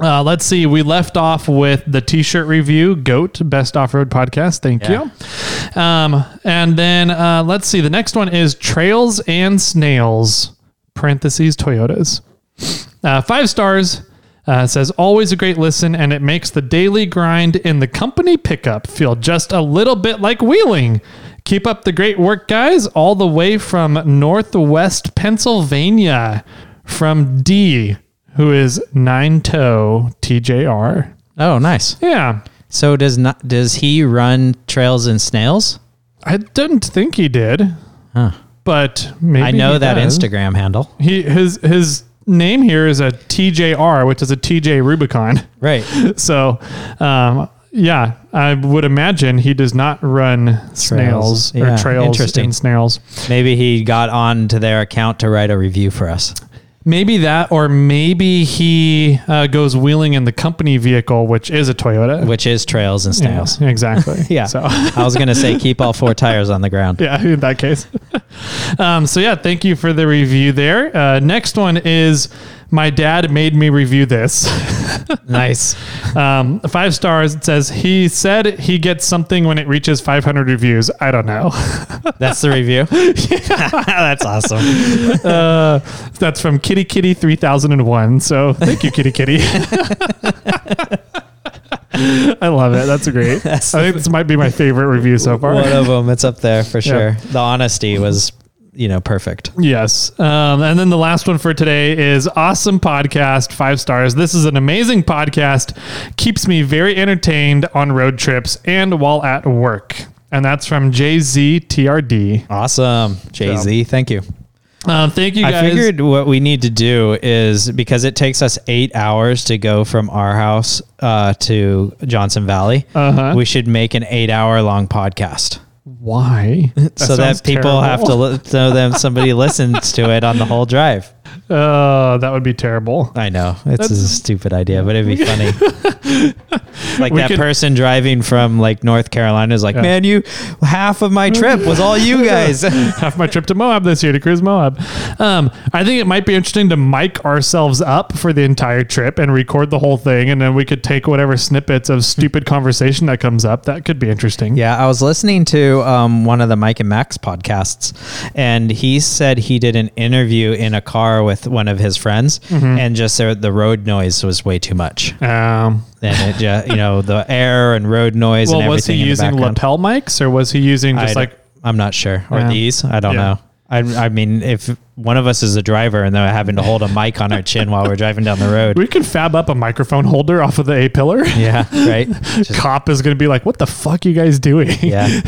Speaker 1: Uh, let's see. We left off with the T-shirt review, Goat Best Off Road Podcast. Thank
Speaker 2: Yeah.
Speaker 1: you. Um, and then uh, let's see. The next one is Trails and Snails (parentheses Toyotas). Uh, five stars. Uh, says always a great listen, and it makes the daily grind in the company pickup feel just a little bit like wheeling. Keep up the great work, guys, all the way from Northwest Pennsylvania, from D, who is Nine Toe TJR.
Speaker 2: Oh, nice.
Speaker 1: Yeah,
Speaker 2: So does not does he run trails and snails?
Speaker 1: I didn't think he did,
Speaker 2: Huh.
Speaker 1: but maybe
Speaker 2: I know
Speaker 1: he
Speaker 2: that
Speaker 1: does.
Speaker 2: Instagram handle.
Speaker 1: He his his name here is a TJR, which is a TJ Rubicon.
Speaker 2: Right.
Speaker 1: so um, yeah, I would imagine he does not run snails
Speaker 2: Yeah,
Speaker 1: or trails
Speaker 2: interesting.
Speaker 1: and snails.
Speaker 2: Maybe he got on to their account to write a review for us.
Speaker 1: Maybe that, or maybe he uh, goes wheeling in the company vehicle, which is a Toyota.
Speaker 2: which is trails and
Speaker 1: Yeah,
Speaker 2: snails.
Speaker 1: exactly.
Speaker 2: Yeah.
Speaker 1: So
Speaker 2: I was going to say keep all four tires on the ground.
Speaker 1: yeah, in that case. um, so yeah, thank you for the review there. Uh, next one is my dad made me review this.
Speaker 2: Nice.
Speaker 1: Um, five stars. It says he said he gets something when it reaches 500 reviews. I don't know.
Speaker 2: That's the review. That's awesome.
Speaker 1: uh, that's from Kitty Kitty 3001. So thank you, Kitty Kitty. I love it. That's great. I think this might be my favorite review so far.
Speaker 2: One of them. It's up there for sure.
Speaker 1: Yeah.
Speaker 2: The honesty was, you know, perfect.
Speaker 1: Yes. Um, and then the last one for today is awesome podcast, five stars. This is an amazing podcast. Keeps me very entertained on road trips and while at work. And that's from JZTRD.
Speaker 2: Awesome. Jay Z. Thank you. Uh,
Speaker 1: Um, thank you guys.
Speaker 2: I figured what we need to do is because it takes us eight hours to go from our house uh, to Johnson Valley,
Speaker 1: Uh-huh.
Speaker 2: we should make an eight hour long podcast.
Speaker 1: Why?
Speaker 2: so that people have to li- so them somebody listens to it on the whole drive.
Speaker 1: to. Uh, that would be terrible.
Speaker 2: I know it's a stupid idea, but it'd be funny. like
Speaker 1: We
Speaker 2: that
Speaker 1: could-
Speaker 2: person driving from like North Carolina is like, man, you half of my trip was all you guys.
Speaker 1: half my trip to Moab this year to cruise Moab. Um, I think it might be interesting to mic ourselves up for the entire trip and record the whole thing, and then we could take whatever snippets of stupid conversation that comes up. That could be interesting.
Speaker 2: Yeah, I was listening to um, one of the Mike and Max podcasts, and he said he did an interview in a car with one of his friends,
Speaker 1: Mm-hmm.
Speaker 2: and just the, the road noise was way too much.
Speaker 1: Um,
Speaker 2: And it, ju- you know, the air and road noise and
Speaker 1: well, was
Speaker 2: everything.
Speaker 1: he
Speaker 2: in the
Speaker 1: using
Speaker 2: background.
Speaker 1: lapel mics or was he using just
Speaker 2: I
Speaker 1: like?
Speaker 2: am not sure, or
Speaker 1: Yeah.
Speaker 2: these. I don't
Speaker 1: Yeah.
Speaker 2: know. I, I mean, if one of us is a driver and they're having to hold a mic on our chin while we're driving down the road,
Speaker 1: We could fab up a microphone holder off of the A pillar.
Speaker 2: yeah, right. Just-
Speaker 1: Cop is going to be like, "What the fuck you guys doing?"
Speaker 2: yeah.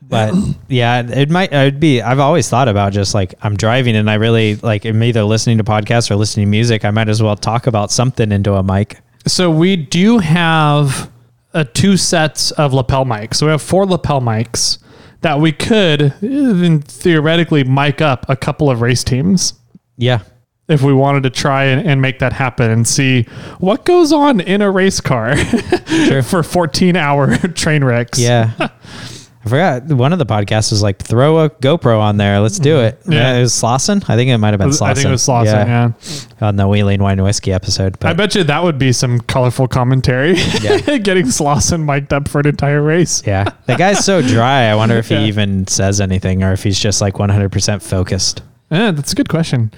Speaker 2: But yeah, it might. I'd be. I've always thought about just like I'm driving and I really like. I'm either listening to podcasts or listening to music. I might as well talk about something into a mic.
Speaker 1: So we do have uh, two sets of lapel mics. So we have four lapel mics that we could even theoretically mic up a couple of race teams
Speaker 2: Yeah,
Speaker 1: if we wanted to try and, and make that happen and see what goes on in a race car
Speaker 2: sure.
Speaker 1: for 14 hour train wrecks.
Speaker 2: Yeah. I forgot one of the podcasts was like throw a GoPro on there. Let's do it.
Speaker 1: Mm-hmm. Yeah.
Speaker 2: Yeah, it was Slauson. I think it might have been Slauson.
Speaker 1: I think it was Slauson. Yeah.
Speaker 2: on the Wheeling Wine and Whiskey episode.
Speaker 1: I
Speaker 2: But
Speaker 1: bet you that would be some colorful commentary.
Speaker 2: Yeah.
Speaker 1: Getting Slauson mic'd up for an entire race.
Speaker 2: yeah, the guy's so dry. I wonder if
Speaker 1: Yeah.
Speaker 2: he even says anything or if he's just like 100% focused.
Speaker 1: Yeah, that's a good question.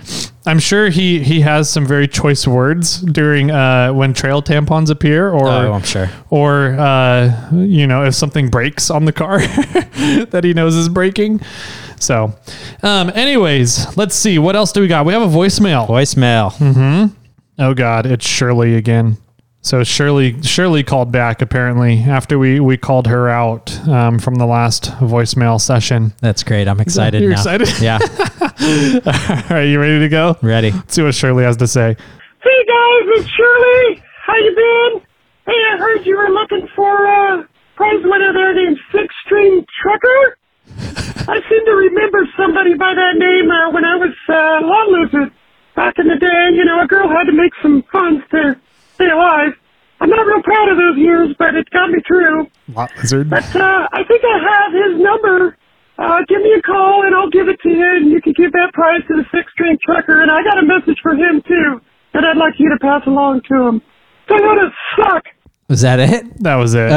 Speaker 1: I'm sure he he has some very choice words during uh, when trail tampons appear, or
Speaker 2: oh, I'm sure.
Speaker 1: or uh, you know if something breaks on the car that he knows is breaking. So, Um, anyways, let's see. What else do we got? We have a voicemail.
Speaker 2: Voicemail.
Speaker 1: Hmm. Oh God, it's Shirley again. So Shirley, Shirley called back apparently after we we called her out um, from the last voicemail session.
Speaker 2: That's great. I'm excited
Speaker 1: You're
Speaker 2: now.
Speaker 1: excited?
Speaker 2: Yeah.
Speaker 1: All right, you ready to go?
Speaker 2: Ready.
Speaker 1: Let's see what Shirley has to say.
Speaker 3: Hey guys, it's Shirley. How you been? Hey, I heard you were looking for a prize winner there named Six String Trucker. I seem to remember somebody by that name uh, when I was uh, law lizard back in the day. You know, a girl had to make some funds to stay alive. I'm not real proud of those years, but it got me through.
Speaker 1: Lot lizard.
Speaker 3: But uh, I think I have his number. Uh, give me a call and I'll give it to you, and you can give that prize to the six string trucker. And I got a message for him too that I'd like you to pass along to him. Toyotas suck.
Speaker 2: Was that it?
Speaker 1: That was it.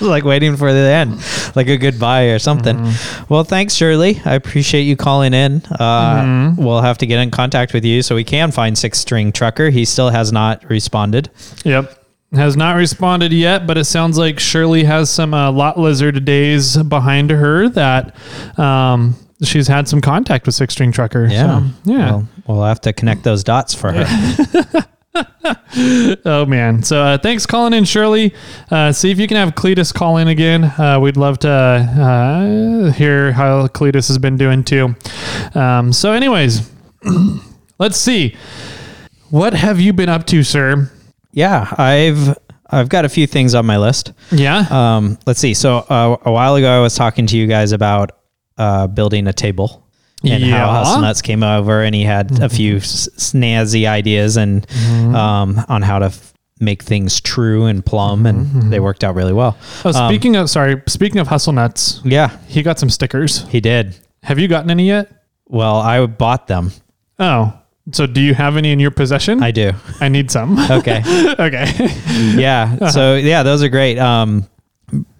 Speaker 2: like waiting for the end, like a goodbye or something.
Speaker 1: Mm-hmm.
Speaker 2: Well, thanks, Shirley. I appreciate you calling in. Uh,
Speaker 1: Mm-hmm.
Speaker 2: We'll have to get in contact with you so we can find Six String Trucker. He still has not responded.
Speaker 1: Yep. Has not responded yet, but it sounds like Shirley has some uh, lot lizard days behind her that um, she's had some contact with Six String Trucker. So, yeah.
Speaker 2: Well, we'll have to connect those dots for her.
Speaker 1: Oh, man. So uh, thanks calling in, Shirley. Uh, see if you can have Cletus call in again. Uh, we'd love to uh, hear how Cletus has been doing too. Um, so, anyways, let's see. What have you been up to, sir?
Speaker 2: yeah, I've I've got a few things on my list.
Speaker 1: Yeah.
Speaker 2: Um, let's see. So uh, a while ago, I was talking to you guys about uh, building a table and how
Speaker 1: Yeah.
Speaker 2: Hustle Nuts came over, and he had a few s- snazzy ideas and um, on how to f- make things true and plumb, and they worked out really well.
Speaker 1: oh, speaking of, sorry, speaking of Hustle Nuts,
Speaker 2: Yeah,
Speaker 1: he got some stickers.
Speaker 2: he did.
Speaker 1: Have you gotten any yet?
Speaker 2: Well, I bought them.
Speaker 1: Oh, so do you have any in your possession?
Speaker 2: I do.
Speaker 1: I need some.
Speaker 2: Okay.
Speaker 1: okay.
Speaker 2: yeah. So yeah, those are great. Um,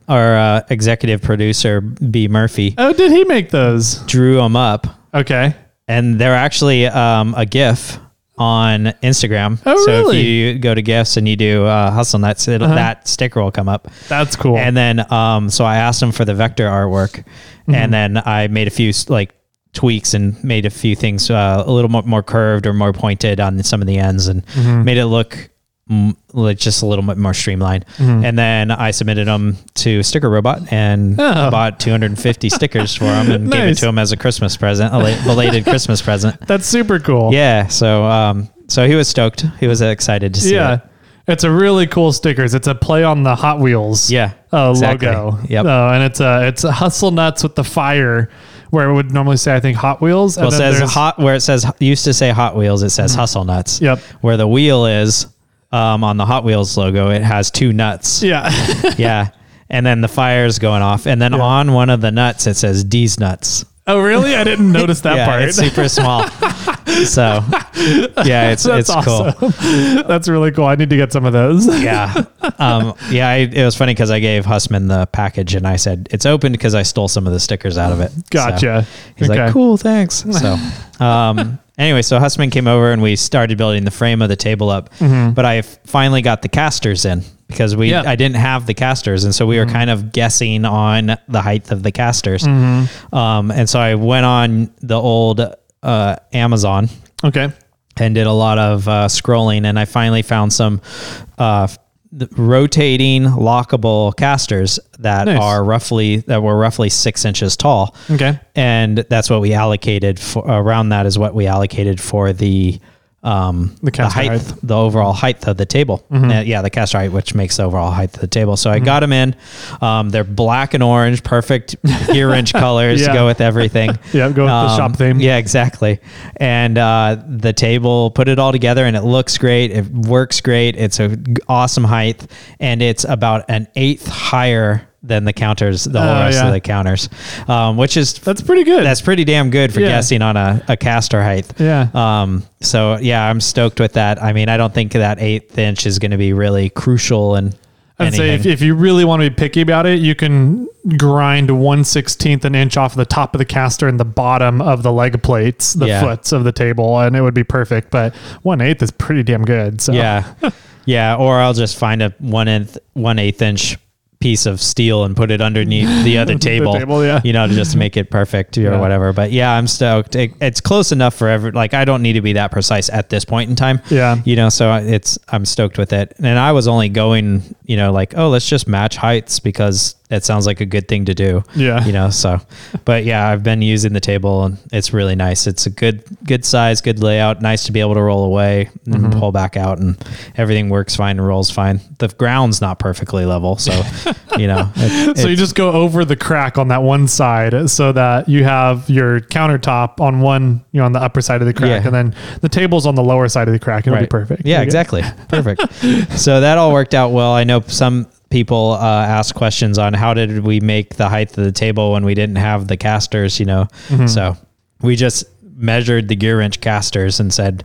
Speaker 2: our uh, executive producer B Murphy
Speaker 1: Oh, did he make those?
Speaker 2: drew them up
Speaker 1: Okay.
Speaker 2: and they're actually um, a GIF on Instagram.
Speaker 1: Oh,
Speaker 2: so
Speaker 1: really? Uh-huh.
Speaker 2: if you go to GIFs and you do uh, Hustle Nuts, it'll, that sticker will come up.
Speaker 1: That's cool.
Speaker 2: And then, um, so I asked him for the vector artwork,
Speaker 1: Mm-hmm.
Speaker 2: and then I made a few like tweaks and made a few things uh, a little more, more curved or more pointed on some of the ends, and
Speaker 1: Mm-hmm.
Speaker 2: made it look mm, like just a little bit more streamlined.
Speaker 1: Mm-hmm.
Speaker 2: And then I submitted them to Sticker Robot and
Speaker 1: Oh.
Speaker 2: bought 250 stickers for him and gave it
Speaker 1: Nice.
Speaker 2: to him as a Christmas present, a late, belated Christmas present.
Speaker 1: That's super cool.
Speaker 2: Yeah. So, um, so he was stoked. He was excited to see
Speaker 1: Yeah.
Speaker 2: it.
Speaker 1: It's a really cool stickers. It's a play on the Hot Wheels.
Speaker 2: Yeah,
Speaker 1: Uh,
Speaker 2: exactly.
Speaker 1: logo.
Speaker 2: Yep.
Speaker 1: Oh, and it's a it's a Hustle Nuts with the fire, where it would normally say I think Hot Wheels.
Speaker 2: Well,
Speaker 1: and
Speaker 2: it
Speaker 1: then
Speaker 2: says
Speaker 1: there's- Mm-hmm.
Speaker 2: hot where it says used to say Hot Wheels. It says Hustle Nuts.
Speaker 1: Yep.
Speaker 2: Where the wheel is um, on the Hot Wheels logo, it has two nuts.
Speaker 1: Yeah.
Speaker 2: yeah. And then the fire's going off, and then on one of the nuts it says D's nuts.
Speaker 1: oh, really? I didn't notice that
Speaker 2: yeah,
Speaker 1: part.
Speaker 2: it's super small. so yeah, it's
Speaker 1: That's
Speaker 2: it's cool.
Speaker 1: awesome. That's really cool. I need to get some of those.
Speaker 2: yeah. Um, yeah. I, it was funny because I gave Hussman the package and I said, it's open because I stole some of the stickers out of it. So
Speaker 1: Gotcha.
Speaker 2: he's
Speaker 1: Okay.
Speaker 2: like, cool, thanks. So, um, anyway, so Hussman came over and we started building the frame of the table up, but I finally got the casters in because we,
Speaker 1: Yeah.
Speaker 2: I didn't have the casters. And so we were kind of guessing on the height of the casters. Um, and so I went on the old, uh, Amazon
Speaker 1: Okay.
Speaker 2: and did a lot of uh, scrolling and i finally found some uh, f- th- rotating lockable casters that
Speaker 1: Nice.
Speaker 2: are roughly that were roughly six inches tall
Speaker 1: Okay.
Speaker 2: and that's what we allocated for around that is what we allocated for the um
Speaker 1: The caster
Speaker 2: height,
Speaker 1: height. Mm-hmm.
Speaker 2: the overall height of the table Uh, yeah the caster height which makes the overall height of the table so i got them in um they're black and orange perfect ear inch colors
Speaker 1: Yeah.
Speaker 2: to go with everything Um,
Speaker 1: Yeah, go with the shop theme.
Speaker 2: yeah exactly and uh the table put it all together and it looks great it works great it's a g- awesome height and it's about an eighth higher than the counters the whole
Speaker 1: Oh,
Speaker 2: rest
Speaker 1: yeah.
Speaker 2: of the counters um which is
Speaker 1: That's pretty good.
Speaker 2: that's pretty damn good for
Speaker 1: Yeah.
Speaker 2: guessing on a, a caster height.
Speaker 1: Yeah.
Speaker 2: Um. So yeah, I'm stoked with that. I mean, I don't think that eighth inch is going to be really crucial and.
Speaker 1: I'd say if,
Speaker 2: anything.
Speaker 1: if you really want to be picky about it, you can grind one sixteenth an inch off the top of the caster and the bottom of the leg plates, the
Speaker 2: Yeah.
Speaker 1: foots of the table, and it would be perfect. But one eighth is pretty damn good. So
Speaker 2: yeah, yeah, or I'll just find a one inch, one eighth inch piece of steel and put it underneath the other table,
Speaker 1: table, yeah.
Speaker 2: you know, to just make it perfect or whatever. But yeah, I'm stoked. It, it's close enough for every, like, I don't need to be that precise at this point in time.
Speaker 1: Yeah.
Speaker 2: You know, so I- it's, I'm stoked with it. And I was only going, you know, like, oh, let's just match heights because it sounds like a good thing to do.
Speaker 1: Yeah.
Speaker 2: You know, so, but yeah, I've been using the table and it's really nice. It's a good, good size, good layout. Nice to be able to roll away and
Speaker 1: Mm-hmm.
Speaker 2: pull back out and everything works fine and rolls fine. The ground's not perfectly level. So, you know, it,
Speaker 1: So
Speaker 2: it-
Speaker 1: you just go over the crack on that one side so that you have your countertop on one, you know, on the upper side of the crack,
Speaker 2: Yeah.
Speaker 1: and then the table's on the lower side of the crack. It'll be
Speaker 2: right.
Speaker 1: perfect.
Speaker 2: Yeah,
Speaker 1: Okay.
Speaker 2: exactly. Perfect. so that all worked out well. I know some people uh, ask questions on how did we make the height of the table when we didn't have the casters, you know?
Speaker 1: Mm-hmm.
Speaker 2: So we just measured the gear wrench casters and said,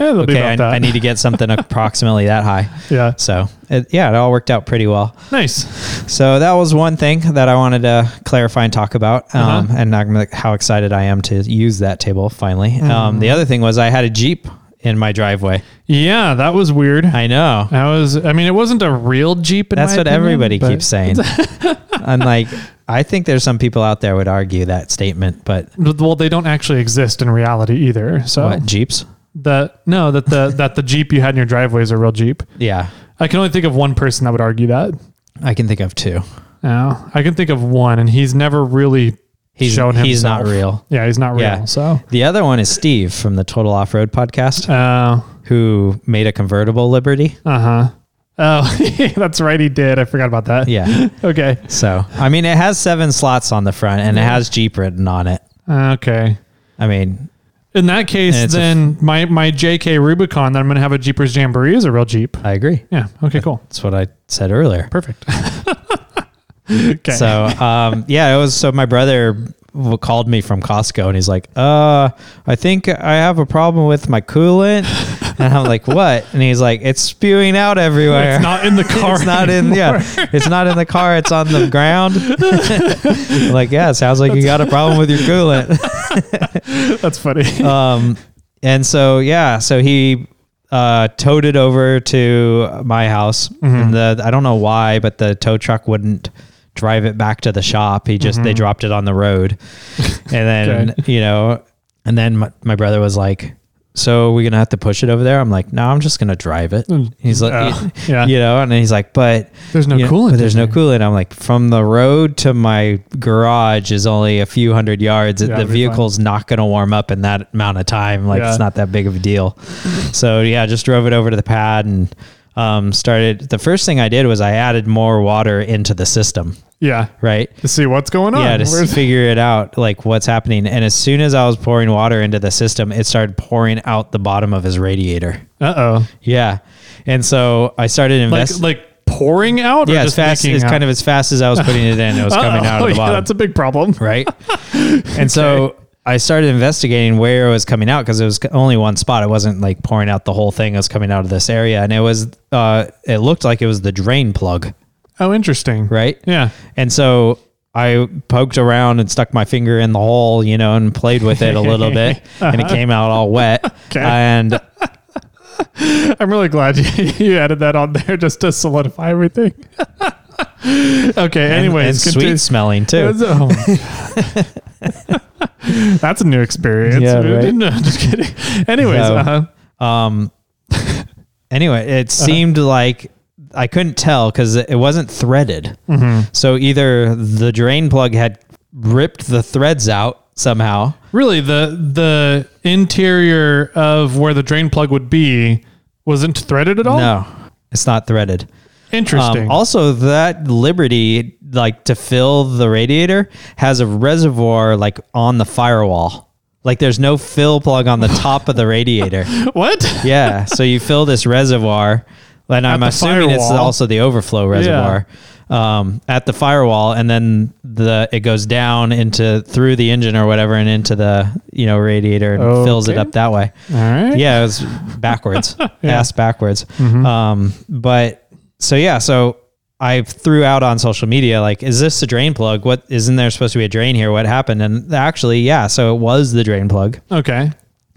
Speaker 1: Yeah, it'll be
Speaker 2: okay,
Speaker 1: about
Speaker 2: I,
Speaker 1: that.
Speaker 2: I need to get something approximately that high.
Speaker 1: Yeah.
Speaker 2: So it, yeah, it all worked out pretty well.
Speaker 1: Nice.
Speaker 2: So that was one thing that I wanted to clarify and talk about,
Speaker 1: Uh-huh.
Speaker 2: um, and I'm like, how excited I am to use that table finally.
Speaker 1: Mm-hmm.
Speaker 2: Um, the other thing was I had a Jeep in my driveway.
Speaker 1: Yeah, that was weird.
Speaker 2: I know.
Speaker 1: that was. I mean, it wasn't a real Jeep. In
Speaker 2: That's
Speaker 1: my
Speaker 2: what
Speaker 1: opinion,
Speaker 2: everybody
Speaker 1: but-
Speaker 2: keeps saying. I'm like, I think there's some people out there would argue that statement, but
Speaker 1: Well, they don't actually exist in reality either. So
Speaker 2: what Jeeps?
Speaker 1: that no, that the that the Jeep you had in your driveway is a real Jeep.
Speaker 2: Yeah,
Speaker 1: I can only think of one person that would argue that.
Speaker 2: I can think of two.
Speaker 1: No, I can think of one, and he's never really
Speaker 2: He's-
Speaker 1: shown himself.
Speaker 2: he's not real.
Speaker 1: Yeah, he's not real.
Speaker 2: Yeah.
Speaker 1: So,
Speaker 2: The other one is Steve from the Total Off Road podcast,
Speaker 1: uh,
Speaker 2: who made a convertible Liberty.
Speaker 1: uh huh. Oh, that's right. He did. I forgot about that.
Speaker 2: Yeah.
Speaker 1: Okay.
Speaker 2: So, I mean, it has seven slots on the front and it has Jeep written on it.
Speaker 1: Okay.
Speaker 2: I mean,
Speaker 1: In that
Speaker 2: And
Speaker 1: case,
Speaker 2: it's a-
Speaker 1: then my my JK Rubicon that I'm gonna have a Jeepers Jamboree is a real Jeep.
Speaker 2: I agree.
Speaker 1: Yeah. Okay. Cool.
Speaker 2: That's what I said earlier.
Speaker 1: Perfect. okay.
Speaker 2: So, um, yeah, it was so my brother w- called me from Costco and he's like, uh, I think I have a problem with my coolant. And I'm like, what? And he's like, it's spewing out everywhere.
Speaker 1: it's not in the car.
Speaker 2: It's not in, yeah. It's not in the car. It's on the ground. I'm like, yeah, it sounds like you got a problem with your coolant.
Speaker 1: That's funny.
Speaker 2: um, and so yeah, so he uh, towed it over to my house.
Speaker 1: Mm-hmm.
Speaker 2: And the I don't know why, but the tow truck wouldn't drive it back to the shop. He
Speaker 1: Mm-hmm.
Speaker 2: just they dropped it on the road, and then you know, and then my, my brother was like. So we're gonna have to push it over there. I'm like, no, I'm just gonna drive it. He's like,
Speaker 1: Oh, yeah.
Speaker 2: you know, and he's like, but
Speaker 1: There's no
Speaker 2: you know,
Speaker 1: coolant
Speaker 2: but There's
Speaker 1: in
Speaker 2: no
Speaker 1: there.
Speaker 2: coolant. I'm like, from the road to my garage is only a few hundred yards.
Speaker 1: it'll
Speaker 2: the
Speaker 1: be fine.
Speaker 2: vehicle vehicle's not going to warm up in that amount of time. Like
Speaker 1: Yeah.
Speaker 2: it's not that big of a deal. so yeah, just drove it over to the pad and um, started. The first thing I did was I added more water into the system.
Speaker 1: yeah.
Speaker 2: Right.
Speaker 1: To see what's going on.
Speaker 2: Yeah, to
Speaker 1: Where's-
Speaker 2: s- figure it out, like what's happening. And as soon as I was pouring water into the system, it started pouring out the bottom of his radiator.
Speaker 1: Uh-oh.
Speaker 2: Yeah, and so I started
Speaker 1: Like
Speaker 2: investing.
Speaker 1: like pouring out.
Speaker 2: yeah,
Speaker 1: or
Speaker 2: as
Speaker 1: just
Speaker 2: fast
Speaker 1: leaking
Speaker 2: as
Speaker 1: out?
Speaker 2: kind of as fast as I was putting it in, it was coming out of
Speaker 1: Uh-oh.
Speaker 2: the
Speaker 1: Yeah,
Speaker 2: bottom
Speaker 1: that's a big problem.
Speaker 2: right? and so I started investigating where it was coming out because it was c- only one spot. It wasn't like pouring out the whole thing. It was coming out of this area, and it was uh, it looked like it was the drain plug,
Speaker 1: Oh, interesting.
Speaker 2: right?
Speaker 1: Yeah.
Speaker 2: And so I poked around and stuck my finger in the hole, you know, and played with it a little bit, and it came out all wet. And
Speaker 1: I'm really glad you, you added that on there just to solidify everything. okay.
Speaker 2: anyway,
Speaker 1: Anyways,
Speaker 2: and
Speaker 1: continue-
Speaker 2: sweet smelling too.
Speaker 1: Oh. That's a new experience.
Speaker 2: Yeah, right.
Speaker 1: No, just kidding. Anyways,
Speaker 2: So-
Speaker 1: uh-huh.
Speaker 2: Um, anyway, it seemed like I couldn't tell because it wasn't threaded.
Speaker 1: Mm-hmm.
Speaker 2: So either the drain plug had ripped the threads out somehow.
Speaker 1: really the the interior of where the drain plug would be wasn't threaded at all.
Speaker 2: No, it's not threaded.
Speaker 1: Interesting.
Speaker 2: Um, also, that Liberty, like to fill the radiator, has a reservoir like on the firewall. Like there's no fill plug on the top of the radiator.
Speaker 1: what?
Speaker 2: yeah. So you fill this reservoir, and I'm
Speaker 1: the
Speaker 2: assuming it's
Speaker 1: firewall.
Speaker 2: also the overflow reservoir um, at the firewall, and then the it goes down into through the engine or whatever, and into the you know radiator and fills it
Speaker 1: Okay.
Speaker 2: up that way.
Speaker 1: All right.
Speaker 2: Yeah, it was backwards, ass backwards.
Speaker 1: Mm-hmm.
Speaker 2: Um, but so yeah, so I threw out on social media like, is this a drain plug? What isn't there supposed to be a drain here? What happened? And actually, yeah, so it was the drain plug
Speaker 1: Okay.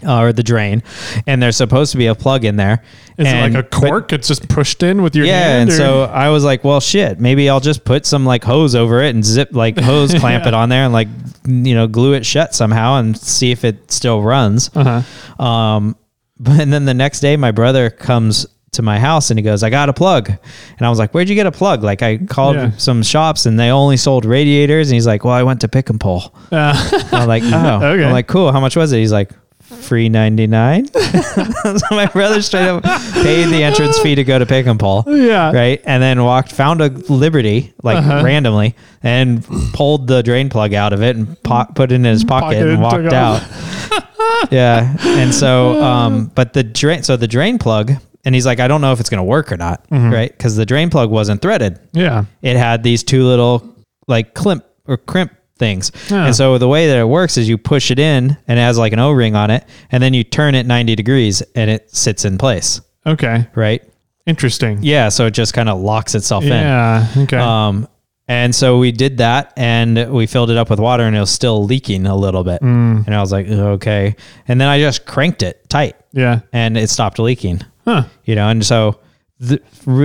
Speaker 2: or the drain, and there's supposed to be a plug in there.
Speaker 1: Is
Speaker 2: And-
Speaker 1: it like a
Speaker 2: but-
Speaker 1: cork? it's just pushed in with your
Speaker 2: yeah,
Speaker 1: hand.
Speaker 2: and
Speaker 1: or-
Speaker 2: so I was like, well, shit, maybe I'll just put some like hose over it and zip like hose clamp it on there and like you know glue it shut somehow and see if it still runs.
Speaker 1: Uh.
Speaker 2: Uh-huh. Um, but and then the next day, my brother comes to my house and he goes, I got a plug, and I was like, where'd you get a plug? Like I called
Speaker 1: Yeah.
Speaker 2: some shops and they only sold radiators, and he's like, well, I went to pick and pull.
Speaker 1: Uh,
Speaker 2: And I'm like, oh,
Speaker 1: Okay.
Speaker 2: I'm like, cool. How much was it? He's like, free ninety nine. so my brother straight up paid the entrance fee to go to pick and pull.
Speaker 1: Yeah. Uh-huh.
Speaker 2: right. And then walked, found a Liberty like randomly, and pulled the drain plug out of it and po- put it in his pocket,
Speaker 1: Pocket
Speaker 2: and
Speaker 1: and
Speaker 2: walked
Speaker 1: took
Speaker 2: out.
Speaker 1: off. Uh.
Speaker 2: yeah, and so, um, but the drain, so the drain plug. And he's like, I don't know if it's going to work or not,
Speaker 1: Mm-hmm.
Speaker 2: right? Because the drain plug wasn't threaded
Speaker 1: yeah.
Speaker 2: it had these two little like climp or crimp things.
Speaker 1: Yeah.
Speaker 2: And so the way that it works is you push it in and it has like an O ring on it, and then you turn it 90 degrees and it sits in place,
Speaker 1: Okay.
Speaker 2: right?
Speaker 1: Interesting.
Speaker 2: Yeah. So it just kind of locks itself in.
Speaker 1: Yeah. Okay.
Speaker 2: Um, and so we did that and we filled it up with water and it was still leaking a little bit.
Speaker 1: Mm.
Speaker 2: And I was like, okay. And then I just cranked it tight
Speaker 1: yeah.
Speaker 2: and it stopped leaking.
Speaker 1: Huh.
Speaker 2: You know, and so the,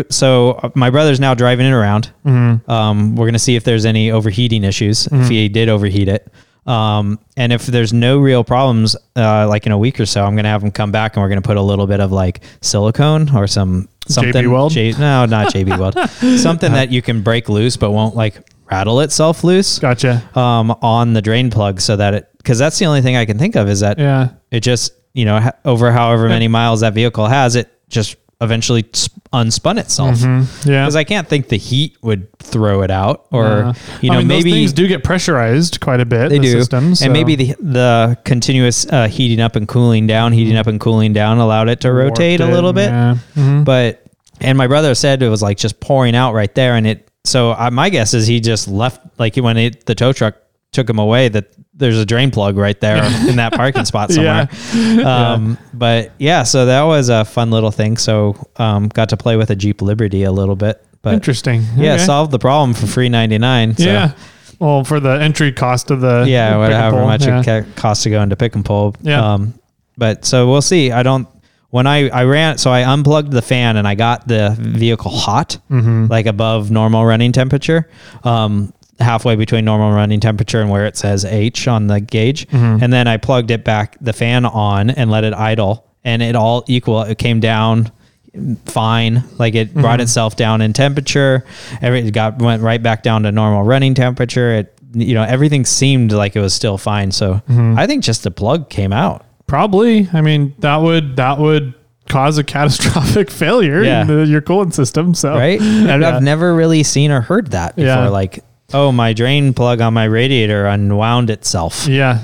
Speaker 2: so uh, my brother's now driving it around.
Speaker 1: Mm-hmm.
Speaker 2: Um, we're gonna see if there's any overheating issues. If he did overheat it, um, and if there's no real problems, uh, like in a week or so, I'm gonna have him come back and we're gonna put a little bit of like silicone or some something.
Speaker 1: Weld?
Speaker 2: J- no, not JB Weld. something that you can break loose but won't like rattle itself loose.
Speaker 1: Gotcha.
Speaker 2: Um, on the drain plug so that it because that's the only thing I can think of is that
Speaker 1: Yeah.
Speaker 2: it just you know ha- over however many miles that vehicle has it just eventually s- unspun itself
Speaker 1: Mm-hmm. Yeah.
Speaker 2: because i can't think the heat would throw it out or
Speaker 1: Uh,
Speaker 2: you know
Speaker 1: I mean,
Speaker 2: maybe
Speaker 1: those things do get pressurized quite a bit.
Speaker 2: they
Speaker 1: the
Speaker 2: do
Speaker 1: systems,
Speaker 2: and maybe the, the continuous uh, heating up and cooling down heating up and cooling down allowed it to rotate a little bit
Speaker 1: Mm-hmm. Yeah. Mhm.
Speaker 2: but and my brother said it was like just pouring out right there and it so I, my guess is he just left like when it, the tow truck took him away that there's a drain plug right there in that parking spot somewhere um but yeah so that was a fun little thing so um got to play with a jeep liberty a little bit but
Speaker 1: Interesting.
Speaker 2: yeah
Speaker 1: Okay.
Speaker 2: solved the problem for free 99 so
Speaker 1: Yeah. Well, for the entry cost of the the
Speaker 2: yeah,
Speaker 1: pick and
Speaker 2: whatever
Speaker 1: pull,
Speaker 2: much
Speaker 1: yeah.
Speaker 2: it ca- costs to go into pick and pull. Um,
Speaker 1: Yeah.
Speaker 2: but so we'll see. I don't. When I I ran, so I unplugged the fan and I got the vehicle hot,
Speaker 1: Mm-hmm.
Speaker 2: like above normal running temperature. Um, halfway between normal running temperature and where it says H on the gauge,
Speaker 1: Mm-hmm.
Speaker 2: and then I plugged it back the fan on and let it idle, and it all equal. It came down fine. Like it brought itself down in temperature. Every, it got went right back down to normal running temperature. It you know everything seemed like it was still fine. So I think just the plug came out.
Speaker 1: Probably. I mean, that would that would cause a catastrophic failure
Speaker 2: Yeah.
Speaker 1: in the, your cooling system. So
Speaker 2: Right? And I've never really seen or heard that before.
Speaker 1: Oh. Yeah.
Speaker 2: Like oh my drain plug on my radiator unwound itself.
Speaker 1: Yeah.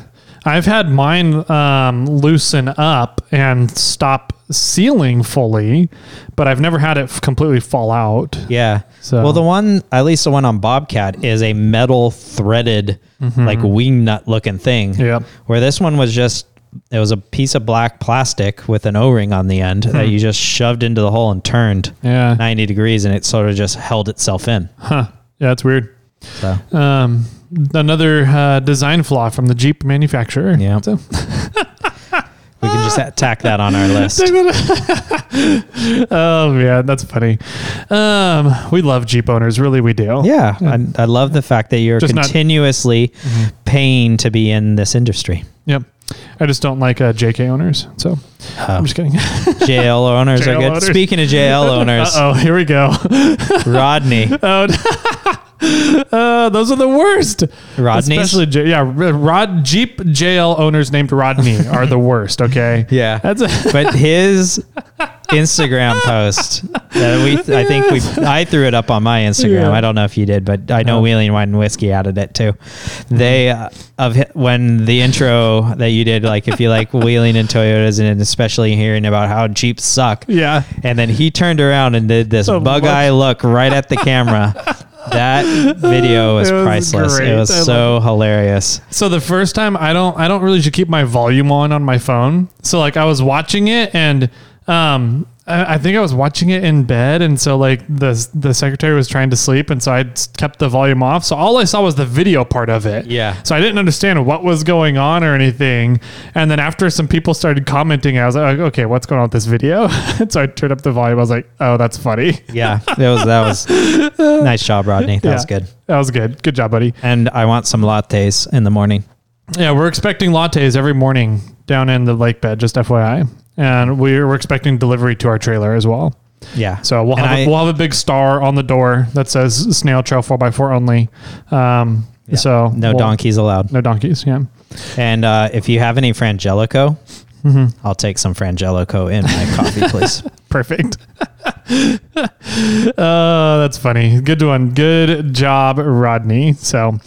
Speaker 1: I've had mine um, loosen up and stop sealing fully, but I've never had it f- completely fall out.
Speaker 2: Yeah.
Speaker 1: So-
Speaker 2: Well, the one, at least the one on Bobcat, is a metal threaded, like wing nut looking thing.
Speaker 1: Mm-hmm. Yep.
Speaker 2: Where this one was just, it was a piece of black plastic with an O ring on the end that you just shoved into the hole and turned
Speaker 1: Hmm. Yeah.
Speaker 2: 90 degrees and it sort of just held itself in.
Speaker 1: Huh. Yeah, it's weird.
Speaker 2: So,
Speaker 1: Um, another uh, design flaw from the Jeep manufacturer.
Speaker 2: Yeah.
Speaker 1: So,
Speaker 2: we can
Speaker 1: Ah.
Speaker 2: just attack that on our list.
Speaker 1: oh man, that's funny. Um, we love Jeep owners, really, we do.
Speaker 2: Yeah. I, I love the fact that you're
Speaker 1: Just not- Mm-hmm.
Speaker 2: continuously paying to be in this industry.
Speaker 1: Yep. I just don't like uh, JK owners, so
Speaker 2: Oh.
Speaker 1: I'm just kidding.
Speaker 2: JL owners are
Speaker 1: JL
Speaker 2: good.
Speaker 1: owners.
Speaker 2: Speaking of JL owners,
Speaker 1: oh, here we go.
Speaker 2: Rodney.
Speaker 1: Oh, no. Uh, those are the worst.
Speaker 2: Rodney's?
Speaker 1: especially J- yeah, R- uh, Rod Jeep JL owners named Rodney are the worst. Okay,
Speaker 2: Yeah.
Speaker 1: that's a,
Speaker 2: but his Instagram post that we I think we I threw it up on my Instagram.
Speaker 1: Yeah.
Speaker 2: I don't know if you did, but I know Wheeling Wine and Whiskey added it too. They uh, of hi- when the intro that you did, like if you like Wheeling and Toyotas, and especially hearing about how Jeeps suck,
Speaker 1: yeah.
Speaker 2: and then he turned around and did this
Speaker 1: A
Speaker 2: bug eye look right at the camera. That video was,
Speaker 1: It was
Speaker 2: priceless.
Speaker 1: great.
Speaker 2: It was
Speaker 1: I love
Speaker 2: so hilarious.
Speaker 1: So the first time I don't I don't really should keep my volume on on my phone. So like I was watching it and um I I think I was watching it in bed, and so like the the secretary was trying to sleep, and so I kept the volume off. So all I saw was the video part of it.
Speaker 2: Yeah.
Speaker 1: So I didn't understand what was going on or anything. And then after some people started commenting, I was like, "Oh, okay, what's going on with this video? and so I turned up the volume. I was like, oh, that's funny.
Speaker 2: Yeah, that was that was nice job, Rodney. That was
Speaker 1: Yeah.
Speaker 2: good.
Speaker 1: That was good. Good job, buddy.
Speaker 2: And I want some lattes in the morning.
Speaker 1: Yeah, we're expecting lattes every morning down in the lake bed. Just FYI, and we're, we're expecting delivery to our trailer as well.
Speaker 2: Yeah.
Speaker 1: So we'll
Speaker 2: And
Speaker 1: have, a
Speaker 2: I-
Speaker 1: we'll have a big star on the door that says snail trail four x four only. Um, So
Speaker 2: no
Speaker 1: we'll-
Speaker 2: donkeys allowed.
Speaker 1: no donkeys. Yeah,
Speaker 2: And uh, if you have any Frangelico, I'll take some Frangelico in my coffee, please.
Speaker 1: perfect. uh, that's funny. Good one. Good job, Rodney. So,